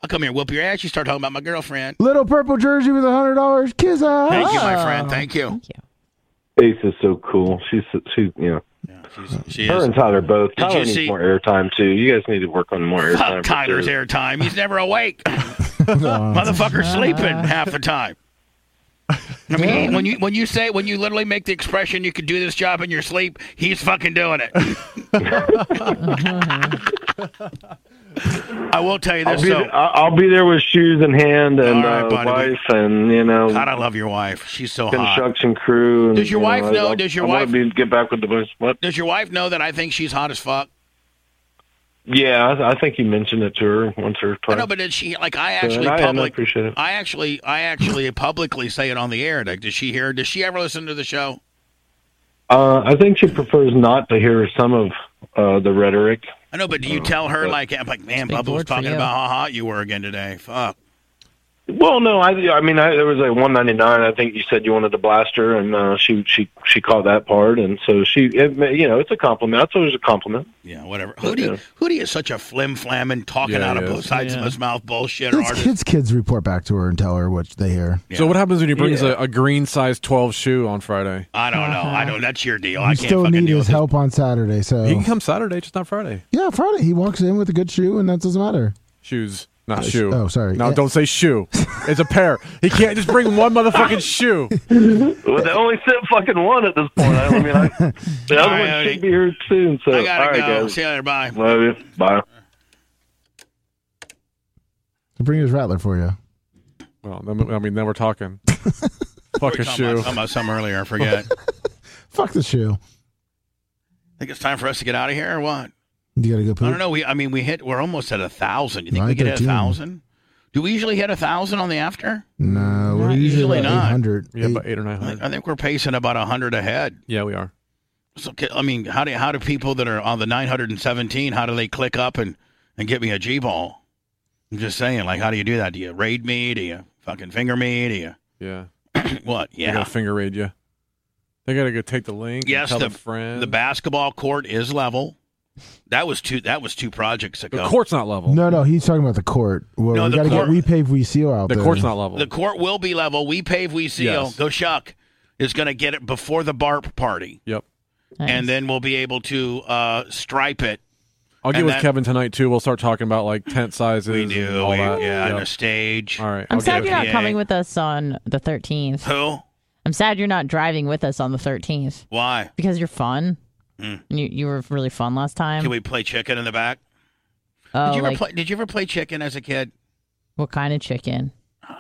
Speaker 1: I'll come here, whoop your ass. You start talking about my girlfriend.
Speaker 4: Little purple jersey with a hundred dollars. Kiss out.
Speaker 1: Thank you, my friend. Thank you.
Speaker 10: Oh. Ace is so cool. She's she's you know.
Speaker 1: She's, she
Speaker 10: Her
Speaker 1: is.
Speaker 10: and Tyler both.
Speaker 1: Did you
Speaker 10: Tyler needs
Speaker 1: see-
Speaker 10: more airtime too. You guys need to work on more airtime.
Speaker 1: Fuck
Speaker 10: for
Speaker 1: Tyler's
Speaker 10: sure.
Speaker 1: airtime. He's never awake. Motherfucker's sleeping half the time. I mean, when you when you say when you literally make the expression you could do this job in your sleep, he's fucking doing it. I will tell you this
Speaker 10: I'll be, um,
Speaker 1: though.
Speaker 10: th- I'll I'll be there with shoes in hand
Speaker 1: All
Speaker 10: and
Speaker 1: right,
Speaker 10: uh,
Speaker 1: buddy.
Speaker 10: wife and you know
Speaker 1: God, I love your wife. She's so hot.
Speaker 10: construction crew. And,
Speaker 1: Does your
Speaker 10: you
Speaker 1: wife
Speaker 10: I-
Speaker 1: know-
Speaker 10: I-
Speaker 1: does your
Speaker 10: I wanna
Speaker 1: wife-
Speaker 10: be, get back with the bunch? What?
Speaker 1: Does your wife know that I think she's hot as fuck?
Speaker 10: Yeah, I, I think you mentioned it to her once or
Speaker 1: I
Speaker 10: twice.
Speaker 1: know, but did she like I
Speaker 10: So,
Speaker 1: actually
Speaker 10: and I, and I
Speaker 1: public
Speaker 10: appreciate it.
Speaker 1: I actually I actually publicly say it on the air. Like, does she hear? Does she ever listen to the show?
Speaker 10: Uh, I think she prefers not to hear some of uh, the rhetoric.
Speaker 1: I know, but do you tell her like I'm like, man,
Speaker 3: big
Speaker 1: Bubba was
Speaker 3: word for
Speaker 1: talking
Speaker 3: you.
Speaker 1: about how hot you were again today. Fuck.
Speaker 10: Well, no, I, I mean, I, there was a 199. I think you said you wanted the blaster, and uh, she she she caught that part, and so she, it, ma- you know, it's a compliment. That's always a compliment.
Speaker 1: Yeah, whatever. Hootie, Hootie is such a flim flamming, talking
Speaker 2: Yeah,
Speaker 1: out
Speaker 2: he
Speaker 1: of
Speaker 2: is.
Speaker 1: both sides of his mouth bullshit
Speaker 4: His
Speaker 1: artist.
Speaker 4: kids, kids report back to her and tell her what they hear.
Speaker 2: So what happens when you brings a, a green size twelve shoe on Friday?
Speaker 1: I don't know. I don't. That's your deal. Oh, I
Speaker 4: You
Speaker 1: can't
Speaker 4: still
Speaker 1: fucking
Speaker 4: need
Speaker 1: deal with
Speaker 4: his
Speaker 1: this.
Speaker 4: help on Saturday, so
Speaker 2: He can come Saturday, just not Friday.
Speaker 4: yeah, Friday he walks in with a good shoe, and that doesn't matter.
Speaker 2: Shoes, not
Speaker 4: Oh, sh-
Speaker 2: shoe.
Speaker 4: oh, sorry.
Speaker 2: No,
Speaker 4: Yeah.
Speaker 2: don't say shoe. It's a pair. He can't just bring one motherfucking shoe.
Speaker 10: Well, they only sent fucking one at this point. I mean, I, the
Speaker 1: All
Speaker 10: other
Speaker 1: right,
Speaker 10: one
Speaker 1: Odie.
Speaker 10: should be here soon. So,
Speaker 1: I gotta
Speaker 10: all right,
Speaker 1: go.
Speaker 10: guys.
Speaker 1: See you later. Bye.
Speaker 10: Love you. Bye.
Speaker 4: I'll bring his rattler for you.
Speaker 2: Well, then, I mean, then we're talking.
Speaker 1: We were
Speaker 2: Fuck a
Speaker 1: talking about-
Speaker 2: shoe.
Speaker 1: talking about something earlier. I forget.
Speaker 4: Fuck the shoe.
Speaker 1: think it's time for us to get out of here or what?
Speaker 4: You gotta go poop.
Speaker 1: I don't know. We, I mean, we hit. We're almost at a thousand. You think we
Speaker 4: Right,
Speaker 1: could hit a
Speaker 4: 13.
Speaker 1: thousand? Do we usually hit a thousand on the after?
Speaker 4: No, we're usually,
Speaker 1: usually not.
Speaker 4: eight hundred.
Speaker 2: Yeah, about eight or nine
Speaker 1: I think,
Speaker 2: hundred.
Speaker 1: I think we're pacing about a hundred ahead.
Speaker 2: Yeah, we are.
Speaker 1: So, ca- I mean, how do how do people that are on the nine hundred and seventeen? How do they click up and and get me a G ball? I'm just saying. Like, how do you do that? Do you raid me? Do you fucking finger me? Do you
Speaker 2: Yeah,
Speaker 1: what?
Speaker 2: They're gonna
Speaker 1: Yeah.
Speaker 2: finger raid you. They gotta go take the link. and
Speaker 1: Yes,
Speaker 2: tell
Speaker 1: the-
Speaker 2: the friend.
Speaker 1: The basketball court is level. That was two. That was two projects
Speaker 2: The
Speaker 1: ago.
Speaker 2: court's not level.
Speaker 4: No, no, he's talking about the court. Well,
Speaker 1: No,
Speaker 4: we
Speaker 1: the
Speaker 4: gotta
Speaker 1: court-
Speaker 4: get we pave, we seal out
Speaker 2: the
Speaker 4: there.
Speaker 2: court's not level.
Speaker 1: The court will be level. We pave, we seal.
Speaker 2: Yes.
Speaker 1: Go shuck is going to get it before the BARP party,
Speaker 2: yep.
Speaker 3: Nice.
Speaker 1: and then we'll be able to uh, stripe it.
Speaker 2: I'll get
Speaker 1: And
Speaker 2: with
Speaker 1: that-
Speaker 2: Kevin tonight too. We'll start talking about like tent sizes.
Speaker 1: We
Speaker 2: and
Speaker 1: do,
Speaker 2: all
Speaker 1: we-
Speaker 2: that.
Speaker 1: yeah,
Speaker 2: Yep.
Speaker 1: and a stage.
Speaker 2: All right.
Speaker 3: I'm
Speaker 2: I'll
Speaker 3: sad
Speaker 2: get
Speaker 3: you're not
Speaker 1: PA.
Speaker 3: coming with us on the 13th.
Speaker 1: Who?
Speaker 3: I'm sad you're not driving with us on the 13th
Speaker 1: Why?
Speaker 3: because you're fun.
Speaker 1: Mm.
Speaker 3: And You you were really fun last time.
Speaker 1: Can we play chicken in the back?
Speaker 3: oh,
Speaker 1: did you ever
Speaker 3: like
Speaker 1: play? Did you ever play chicken as a kid?
Speaker 3: what kind of chicken?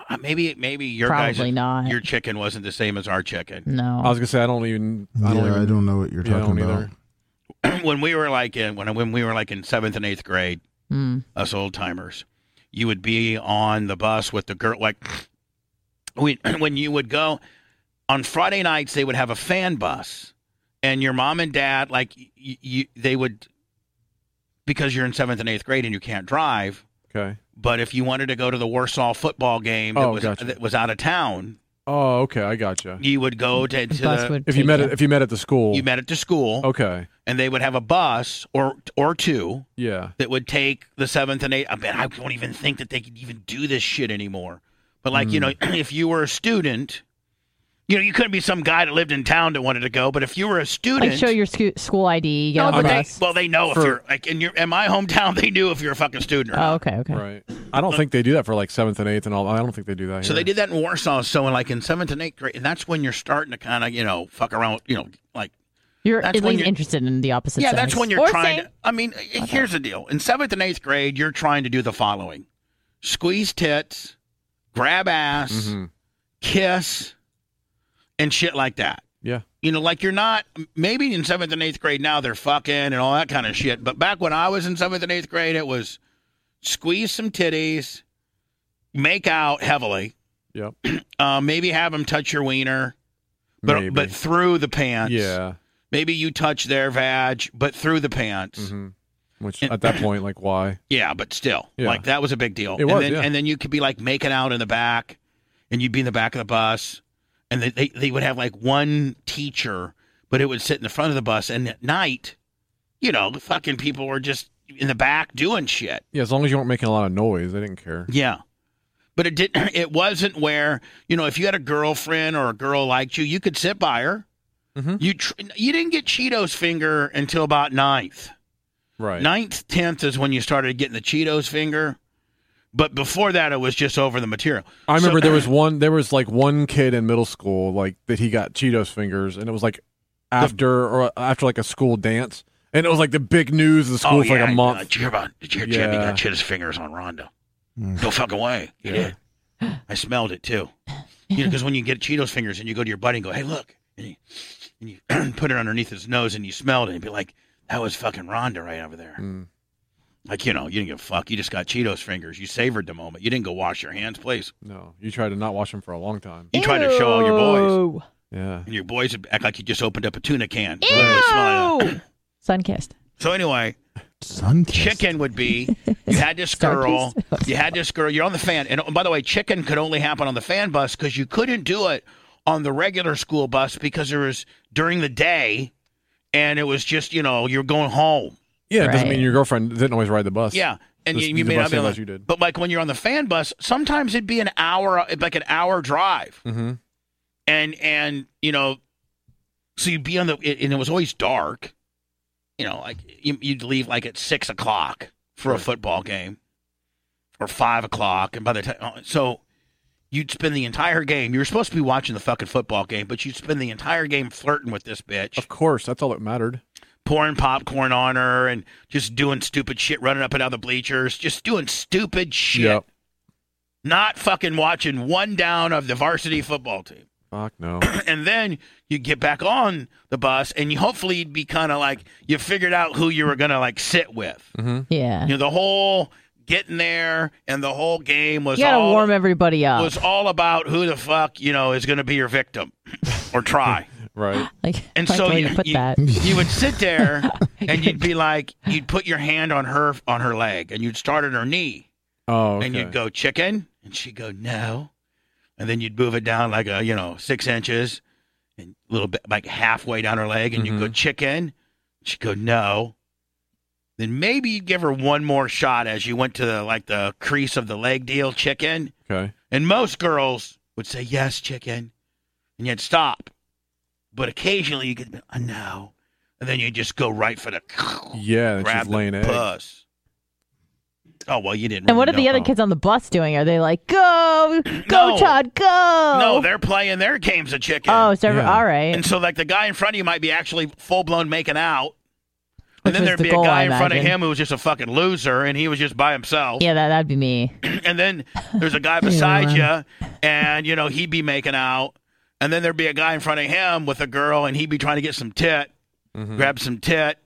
Speaker 1: Uh, maybe, maybe your
Speaker 3: Probably
Speaker 1: guys,
Speaker 3: not.
Speaker 1: your chicken wasn't the same as our chicken.
Speaker 3: No.
Speaker 2: I was gonna say I don't even.
Speaker 4: Yeah,
Speaker 2: I don't even.
Speaker 4: know what you're
Speaker 2: yeah, I
Speaker 4: talking
Speaker 2: don't
Speaker 4: about.
Speaker 2: either.
Speaker 1: when we were like in when when we were like in seventh and eighth grade,
Speaker 3: Mm.
Speaker 1: us old timers, you would be on the bus with the girl like we when you would go on Friday nights they would have a fan bus, and your mom and dad, like y- you, they would, because you're in seventh and eighth grade and you can't drive.
Speaker 2: Okay.
Speaker 1: But if you wanted to go to the Warsaw football game that
Speaker 2: Oh,
Speaker 1: was
Speaker 2: gotcha.
Speaker 1: that was out of town,
Speaker 2: Oh, okay, I gotcha.
Speaker 1: you would go to, to the,
Speaker 2: if you met at, if you met at the school.
Speaker 1: you met at the school,
Speaker 2: okay.
Speaker 1: and they would have a bus or or two
Speaker 2: Yeah.
Speaker 1: that would take the seventh and eighth. I mean, I don't even think that they could even do this shit anymore. But like, you know,
Speaker 2: Hmm.
Speaker 1: if you were a student, you know, you couldn't be some guy that lived in town that wanted to go. But if you were a student,
Speaker 3: Like show your scu- school ID. Get
Speaker 1: no,
Speaker 3: on
Speaker 1: but
Speaker 3: the
Speaker 1: they,
Speaker 3: bus.
Speaker 1: well, they know
Speaker 2: For-
Speaker 1: if you're like in your in my hometown, they knew if you're a fucking student. Or not.
Speaker 3: Oh, okay, okay.
Speaker 2: Right. I don't think they do that for like seventh and eighth and all. I don't think they do that. Here.
Speaker 1: So they did that in Warsaw. So in like in seventh and eighth grade, and that's when you're starting to kind of you know fuck around. With, you know, like
Speaker 3: You're
Speaker 1: That's
Speaker 3: at
Speaker 1: when
Speaker 3: least
Speaker 1: you're-
Speaker 3: interested in the opposite.
Speaker 1: yeah,
Speaker 3: sex.
Speaker 1: that's when you're
Speaker 3: Or
Speaker 1: trying.
Speaker 3: same.
Speaker 1: To, I mean, here's the deal: in seventh and eighth grade, you're trying to do the following: squeeze tits, grab ass,
Speaker 2: Mhm.
Speaker 1: kiss, and shit like that.
Speaker 2: Yeah.
Speaker 1: You know, like you're not maybe in seventh and eighth grade now they're fucking and all that kind of shit. But back when I was in seventh and eighth grade, it was squeeze some titties, make out heavily,
Speaker 2: Yep.
Speaker 1: uh, maybe have them touch your wiener, but
Speaker 2: Maybe.
Speaker 1: but through the pants.
Speaker 2: Yeah.
Speaker 1: Maybe you touch their vag, but through the pants.
Speaker 2: hmm Which
Speaker 1: And-
Speaker 2: at that point, like, why?
Speaker 1: Yeah, but still,
Speaker 2: Yeah.
Speaker 1: like that was a big deal.
Speaker 2: It
Speaker 1: and
Speaker 2: was,
Speaker 1: then
Speaker 2: yeah.
Speaker 1: and then you could be like making out in the back, and you'd be in the back of the bus, and they, they they would have like one teacher, but it would sit in the front of the bus, and at night, you know, the fucking people were just in the back doing shit.
Speaker 2: Yeah. As long as you weren't making a lot of noise, they didn't care.
Speaker 1: Yeah. But it did not it wasn't where, you know, if you had a girlfriend or a girl liked you, you could sit by her.
Speaker 2: Mhm.
Speaker 1: You tr- you didn't get Cheetos finger until about ninth.
Speaker 2: Right.
Speaker 1: Ninth, tenth is when you started getting the Cheetos finger. But before that, it was just over the material.
Speaker 2: I
Speaker 1: So-
Speaker 2: remember there was one. There was like one kid in middle school, like that he got Cheetos fingers, and it was like after or after like a school dance, and it was like the big news of the school
Speaker 1: oh,
Speaker 2: for
Speaker 1: yeah,
Speaker 2: like a
Speaker 1: Uh,
Speaker 2: month.
Speaker 1: did you hear about? Did you hear Jimmy
Speaker 2: Yeah. Mm.
Speaker 1: got Cheetos fingers on Rondo? Go fuck away. You did. I smelled it too. You know, because when you get Cheetos fingers and you go to your buddy and go, "Hey, look," and you, and you put it underneath his nose and you smelled it and be like, "That was fucking Rhonda right over there."
Speaker 2: Mm.
Speaker 1: Like you know, you didn't give a fuck. You just got Cheetos fingers. You savored the moment. You didn't go wash your hands, please.
Speaker 2: No, you tried to not watch them for a long time.
Speaker 1: You tried to show all your boys,
Speaker 3: Ew.
Speaker 2: Yeah.
Speaker 1: and your boys would act like you just opened up a tuna can. Literally smelling it.
Speaker 3: Ew. Sunkissed.
Speaker 1: So anyway,
Speaker 4: Sun
Speaker 1: chicken would be you had this girl,
Speaker 3: Starkist?
Speaker 1: you had this girl, you're on the fan. And oh, by the way, chicken could only happen on the fan bus because you couldn't do it on the regular school bus because there was during the day and it was just, you know, you're going home.
Speaker 2: Yeah. It doesn't
Speaker 3: Right.
Speaker 2: mean your girlfriend didn't always ride the bus.
Speaker 1: Yeah. And
Speaker 2: This-
Speaker 1: you, you
Speaker 2: the
Speaker 1: may
Speaker 2: bus
Speaker 1: not be
Speaker 2: same
Speaker 1: able
Speaker 2: bus
Speaker 1: to-
Speaker 2: you did.
Speaker 1: But like when you're on the fan bus, sometimes it'd be an hour like an hour drive.
Speaker 2: Mm-hmm.
Speaker 1: and and you know, so you'd be on the it- and it was always dark. You know, like you- you'd leave like at six o'clock for a
Speaker 2: Right.
Speaker 1: football game, or five o'clock, and by the time so you'd spend the entire game. You were supposed to be watching the fucking football game, but you'd spend the entire game flirting with this bitch,
Speaker 2: Of course, that's all that mattered.
Speaker 1: pouring popcorn on her, and just doing stupid shit, running up and down the bleachers, just doing stupid shit,
Speaker 2: Yep.
Speaker 1: not fucking watching one down of the varsity football team
Speaker 2: Fuck no.
Speaker 1: and then you get back on the bus and you hopefully you'd be kind of like you figured out who you were gonna like sit with
Speaker 2: hmm
Speaker 3: Yeah.
Speaker 1: you know the whole getting there and the whole game was
Speaker 3: You gotta
Speaker 1: all
Speaker 3: warm everybody up.
Speaker 1: was all about who the fuck you know is gonna be your victim or try
Speaker 2: Right.
Speaker 3: like,
Speaker 1: and
Speaker 3: like
Speaker 1: so
Speaker 3: the way
Speaker 1: you,
Speaker 3: you put
Speaker 1: you-
Speaker 3: that.
Speaker 1: you would sit there and you'd be like you'd put your hand on her on her leg and you'd start at her knee
Speaker 2: Oh.
Speaker 1: and
Speaker 2: okay.
Speaker 1: you'd go chicken, and she'd go no, and then you'd move it down like a you know six inches, and a little bit like halfway down her leg, and you'd go
Speaker 2: Mhm.
Speaker 1: chicken, she'd go no, then maybe you'd give her one more shot as you went to the, like the crease of the leg deal chicken,
Speaker 2: Okay.
Speaker 1: and most girls would say yes chicken, and you'd stop, but occasionally you could be, a no, and then you just go right for the
Speaker 2: Yeah. and
Speaker 1: grab
Speaker 2: She's laying
Speaker 1: the
Speaker 2: eggs.
Speaker 1: puss. Oh well, you didn't.
Speaker 3: And what are
Speaker 1: really
Speaker 3: the
Speaker 1: know.
Speaker 3: other kids on the bus doing? Are they like, go, go,
Speaker 1: No.
Speaker 3: Todd, go?
Speaker 1: No, they're playing their games of chicken.
Speaker 3: Oh, so every-
Speaker 2: Yeah.
Speaker 3: all right.
Speaker 1: and so like the guy in front of you might be actually full blown making out,
Speaker 3: Which
Speaker 1: and then
Speaker 3: was
Speaker 1: there'd
Speaker 3: the
Speaker 1: be
Speaker 3: goal,
Speaker 1: a guy
Speaker 3: I
Speaker 1: in front of
Speaker 3: imagine.
Speaker 1: him who was just a fucking loser, and he was just by himself.
Speaker 3: yeah, that, that'd be me.
Speaker 1: And then there's a guy beside you, and you know he'd be making out, and then there'd be a guy in front of him with a girl, and he'd be trying to get some tit, grab some tit,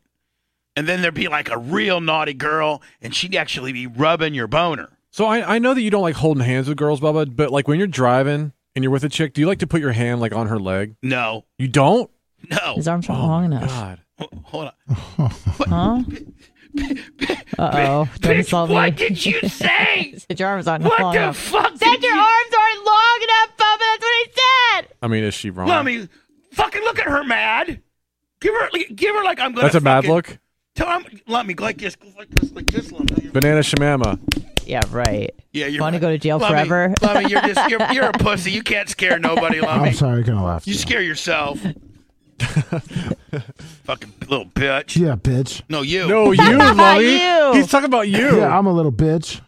Speaker 1: and then there'd be like a real naughty girl, and she'd actually be rubbing your boner.
Speaker 2: So I, I know that you don't like holding hands with girls, Bubba, but like when you're driving and you're with a chick, do you like to put your hand like on her leg?
Speaker 1: No.
Speaker 2: You don't?
Speaker 1: No.
Speaker 3: His arms aren't long enough.
Speaker 2: God.
Speaker 1: Hold on.
Speaker 3: Huh? Uh oh. Don't insult me.
Speaker 9: what did you say?
Speaker 3: Said your arms aren't
Speaker 9: What
Speaker 3: long
Speaker 9: the
Speaker 3: enough.
Speaker 9: fuck
Speaker 3: Said
Speaker 9: did
Speaker 3: your
Speaker 9: you-
Speaker 3: arms aren't long enough, Bubba. That's what he said.
Speaker 2: I mean, is she wrong?
Speaker 1: No, I mean, fucking look at her mad. Give her, give her like I'm gonna.
Speaker 2: That's a bad
Speaker 1: fucking-
Speaker 2: look.
Speaker 1: Tell him, let me like this, like this, like this. Lummy.
Speaker 2: Banana shamama.
Speaker 3: Yeah, right.
Speaker 1: Yeah, you
Speaker 3: want to go to jail forever?
Speaker 1: Lummy, you're just you're, you're a pussy. You can't scare nobody,
Speaker 4: I'm
Speaker 1: Lummy.
Speaker 4: sorry, I kind of laughed.
Speaker 1: You scare yourself. fucking little bitch.
Speaker 4: Yeah, bitch.
Speaker 1: No, you.
Speaker 2: No, you, Lolly.
Speaker 3: You.
Speaker 2: He's talking about you.
Speaker 4: Yeah, I'm a little bitch.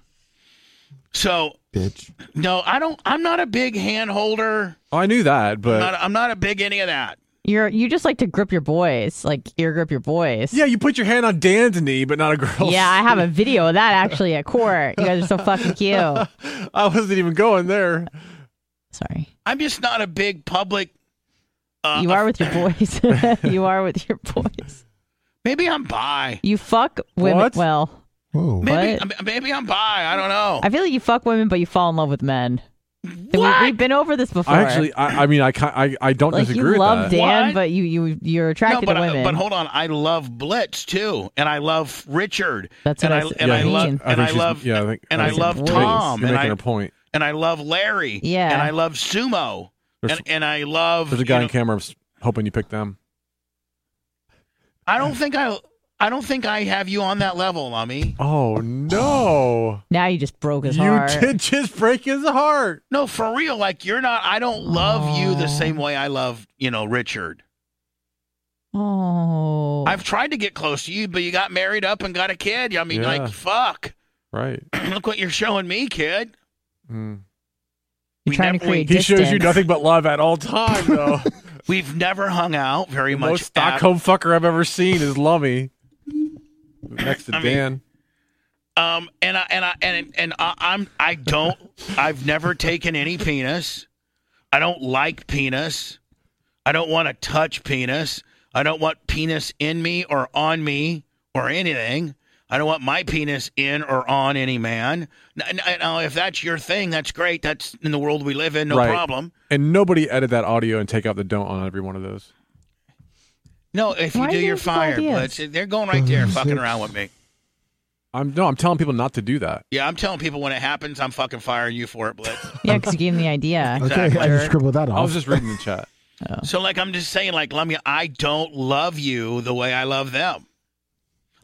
Speaker 1: So
Speaker 4: Bitch.
Speaker 1: no, I don't. I'm not a big hand holder.
Speaker 2: Oh, I knew that, but
Speaker 1: Not, I'm not a big any of that.
Speaker 3: You're you just like to grip your boys, like ear grip your boys.
Speaker 2: yeah, you put your hand on Dan's knee, but not a girl's.
Speaker 3: Yeah, I have a video of that actually at court. You guys are so fucking cute.
Speaker 2: I wasn't even going there.
Speaker 3: Sorry.
Speaker 1: I'm just not a big public. Uh,
Speaker 3: You are with your boys. you are with your boys.
Speaker 1: Maybe I'm bi.
Speaker 3: You fuck women.
Speaker 2: What?
Speaker 3: Well,
Speaker 4: Whoa.
Speaker 1: Maybe
Speaker 3: What?
Speaker 1: maybe I'm bi. I don't know.
Speaker 3: I feel like you fuck women, but you fall in love with men. We,
Speaker 1: What?
Speaker 3: have been over this before.
Speaker 2: I actually, I, I mean, I, can't, I, I don't
Speaker 3: like
Speaker 2: disagree
Speaker 3: you
Speaker 2: with
Speaker 3: love
Speaker 2: that.
Speaker 3: Dan,
Speaker 1: What?
Speaker 3: but you you you're attracted
Speaker 1: no, but,
Speaker 3: to
Speaker 1: I-
Speaker 3: women.
Speaker 1: but hold on, I love Blitz too, and I love Richard.
Speaker 3: That's what
Speaker 1: and
Speaker 3: I
Speaker 1: I
Speaker 3: said.
Speaker 1: and
Speaker 3: Yeah,
Speaker 1: I
Speaker 3: I
Speaker 1: love
Speaker 3: mean-
Speaker 2: think
Speaker 1: and I
Speaker 2: she's-
Speaker 1: love
Speaker 2: Yeah, I think.
Speaker 1: and
Speaker 2: I
Speaker 1: I
Speaker 2: think
Speaker 1: love
Speaker 2: you're
Speaker 1: Tom,
Speaker 2: Making
Speaker 1: and I-
Speaker 2: a point.
Speaker 1: and I love Larry.
Speaker 3: Yeah.
Speaker 1: and I love Sumo.
Speaker 2: There's-
Speaker 1: And, and I love.
Speaker 2: There's a guy
Speaker 1: you
Speaker 2: on
Speaker 1: know,
Speaker 2: camera. I'm s- hoping you pick them.
Speaker 1: I don't think I. I don't think I have you on that level, Lummy.
Speaker 2: Oh no!
Speaker 3: now you just broke his
Speaker 2: you
Speaker 3: heart.
Speaker 2: did just break his heart.
Speaker 1: No, for real. Like you're not. I don't love you the same way I love you know Richard.
Speaker 3: Oh,
Speaker 1: I've tried to get close to you, but you got married up and got a kid. I mean,
Speaker 2: Yeah.
Speaker 1: like fuck.
Speaker 2: Right.
Speaker 1: Look what you're showing me, kid.
Speaker 2: Mm.
Speaker 3: you're
Speaker 1: we
Speaker 3: trying to
Speaker 1: never- we-
Speaker 3: create
Speaker 2: He
Speaker 3: distance.
Speaker 2: shows you nothing but love at all time, though.
Speaker 1: We've never hung out very
Speaker 2: the
Speaker 1: much.
Speaker 2: most
Speaker 1: at-
Speaker 2: Stockholm fucker I've ever seen is Lummy. Next to
Speaker 1: I mean-
Speaker 2: Dan.
Speaker 1: Um, and I and I and and I, I'm I don't I've never taken any penis. I don't like penis. I don't want to touch penis. I don't want penis in me or on me or anything. I don't want my penis in or on any man. Now, now if that's your thing, that's great. That's in the world we live in. No
Speaker 2: Right.
Speaker 1: problem.
Speaker 2: And nobody edit that audio and take out the don't on every one of those.
Speaker 1: No, if you
Speaker 3: Why
Speaker 1: do,
Speaker 3: do you
Speaker 1: you're
Speaker 3: have these
Speaker 1: fired. But
Speaker 3: ideas?
Speaker 1: they're going right there, fucking around with me.
Speaker 2: I'm no, I'm telling people not to do that.
Speaker 1: Yeah, I'm telling people when it happens, I'm fucking firing you for it, Blitz.
Speaker 3: Yeah, because you gave him the idea.
Speaker 4: Okay, I
Speaker 1: Exactly.
Speaker 4: just scribbled that
Speaker 2: I was
Speaker 4: off.
Speaker 2: just reading the chat.
Speaker 1: So, like, I'm just saying, like, Lummy, I don't love you the way I love them.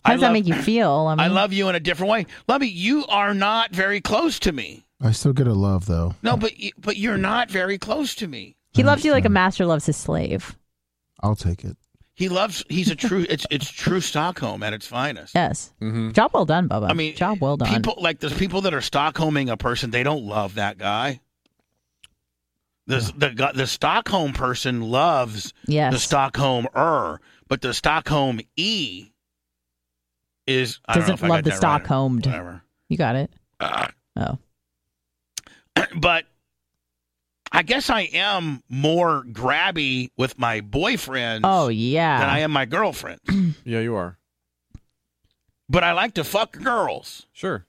Speaker 3: How does
Speaker 1: I love,
Speaker 3: that make you feel? I, mean,
Speaker 1: I love you in a different way, Lummy. You are not very close to me.
Speaker 4: I still get a love though.
Speaker 1: No, but you, but you're not very close to me.
Speaker 3: He loves you like a master loves his slave.
Speaker 4: Uh, I'll take it.
Speaker 1: He loves. He's a true. it's it's true Stockholm at its finest.
Speaker 3: Yes.
Speaker 2: Mm-hmm.
Speaker 3: Job well done, Bubba.
Speaker 1: I mean,
Speaker 3: job well done.
Speaker 1: People like there's people that are Stockholming a person. They don't love that guy. The the gu- the Stockholm person loves
Speaker 3: yes.
Speaker 1: the Stockholm er, but the Stockholm e is I don't know
Speaker 3: Doesn't
Speaker 1: if I got
Speaker 3: love the
Speaker 1: that right or
Speaker 3: Stockholmed.
Speaker 1: Whatever.
Speaker 3: You got it. Oh.
Speaker 1: but I guess I am more grabby with my boyfriends
Speaker 3: Oh
Speaker 1: than I
Speaker 3: yeah.
Speaker 1: am my girlfriend.
Speaker 2: Yeah, you are.
Speaker 1: but I like to fuck girls.
Speaker 2: Sure.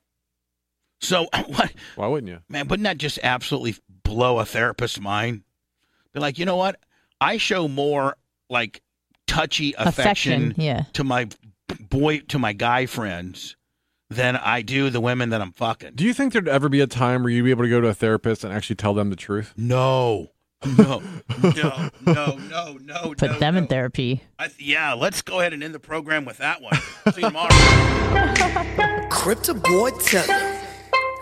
Speaker 1: So what
Speaker 2: Why wouldn't you?
Speaker 1: man, wouldn't that just absolutely blow a therapist's mind? Be like, you know what? I show more like touchy affection,
Speaker 3: Yeah.
Speaker 1: to my boy to my guy friends than I do the women that I'm fucking.
Speaker 2: Do you think there'd ever be a time where you'd be able to go to a therapist and actually tell them the truth?
Speaker 1: No. No, no, no, no, no.
Speaker 3: Put
Speaker 1: no,
Speaker 3: them in
Speaker 1: no.
Speaker 3: therapy.
Speaker 1: I th- yeah, let's go ahead and end the program with that one. See you tomorrow.
Speaker 8: Crypto Boy Teller.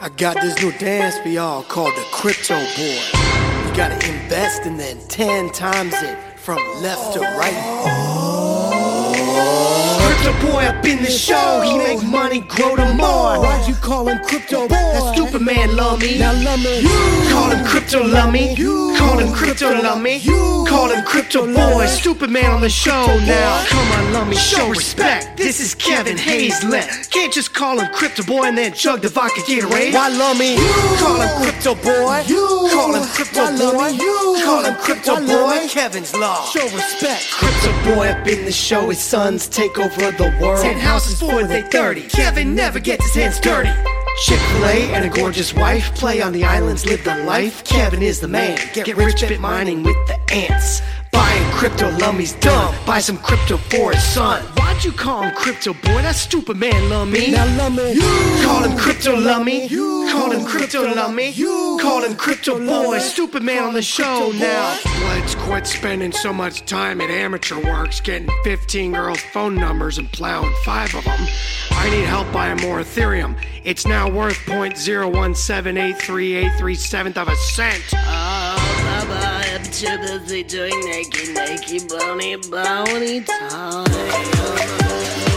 Speaker 8: I got this new dance for y'all called the Crypto Boy. You gotta invest and then 10 times it from left to right. Crypto Boy up in the show, he make money grow the more. Why'd you call him Crypto Boy? That stupid man lummy. Now lummy. You call him Crypto Lummy. You call him Crypto Lummy. You call him Crypto Boy. Stupid man on the show now. Come on, Lummy, show respect. This is Kevin Hayes left. Can't just call him Crypto Boy and then chug the vodka Gatorade. Why Lummy? You call him Crypto Boy. You call him Crypto Boy. You call him Crypto Boy. Kevin's Law. Show respect. Crypto Boy up in the show. His sons take over the world. Ten houses for they 30. Kevin never gets his hands dirty. Chick fil A and a gorgeous wife. Play on the islands, live the life. Kevin is the man. Get rich bit mining with the ants. Buying crypto lummies dumb. Buy some crypto for his son. Why'd you call him crypto boy? That stupid man lummy.
Speaker 13: Now,
Speaker 8: lummy. You call him crypto lummy. You call him crypto lummy. You call him crypto boy. Stupid man on the show now. Let's quit spending so much time at amateur works getting 15 girls' phone numbers and plowing five of them. I need help buying more Ethereum. It's now worth 0.0178383 of a cent.
Speaker 14: Baba, I'm too busy doing naked, naked, bony, bony time.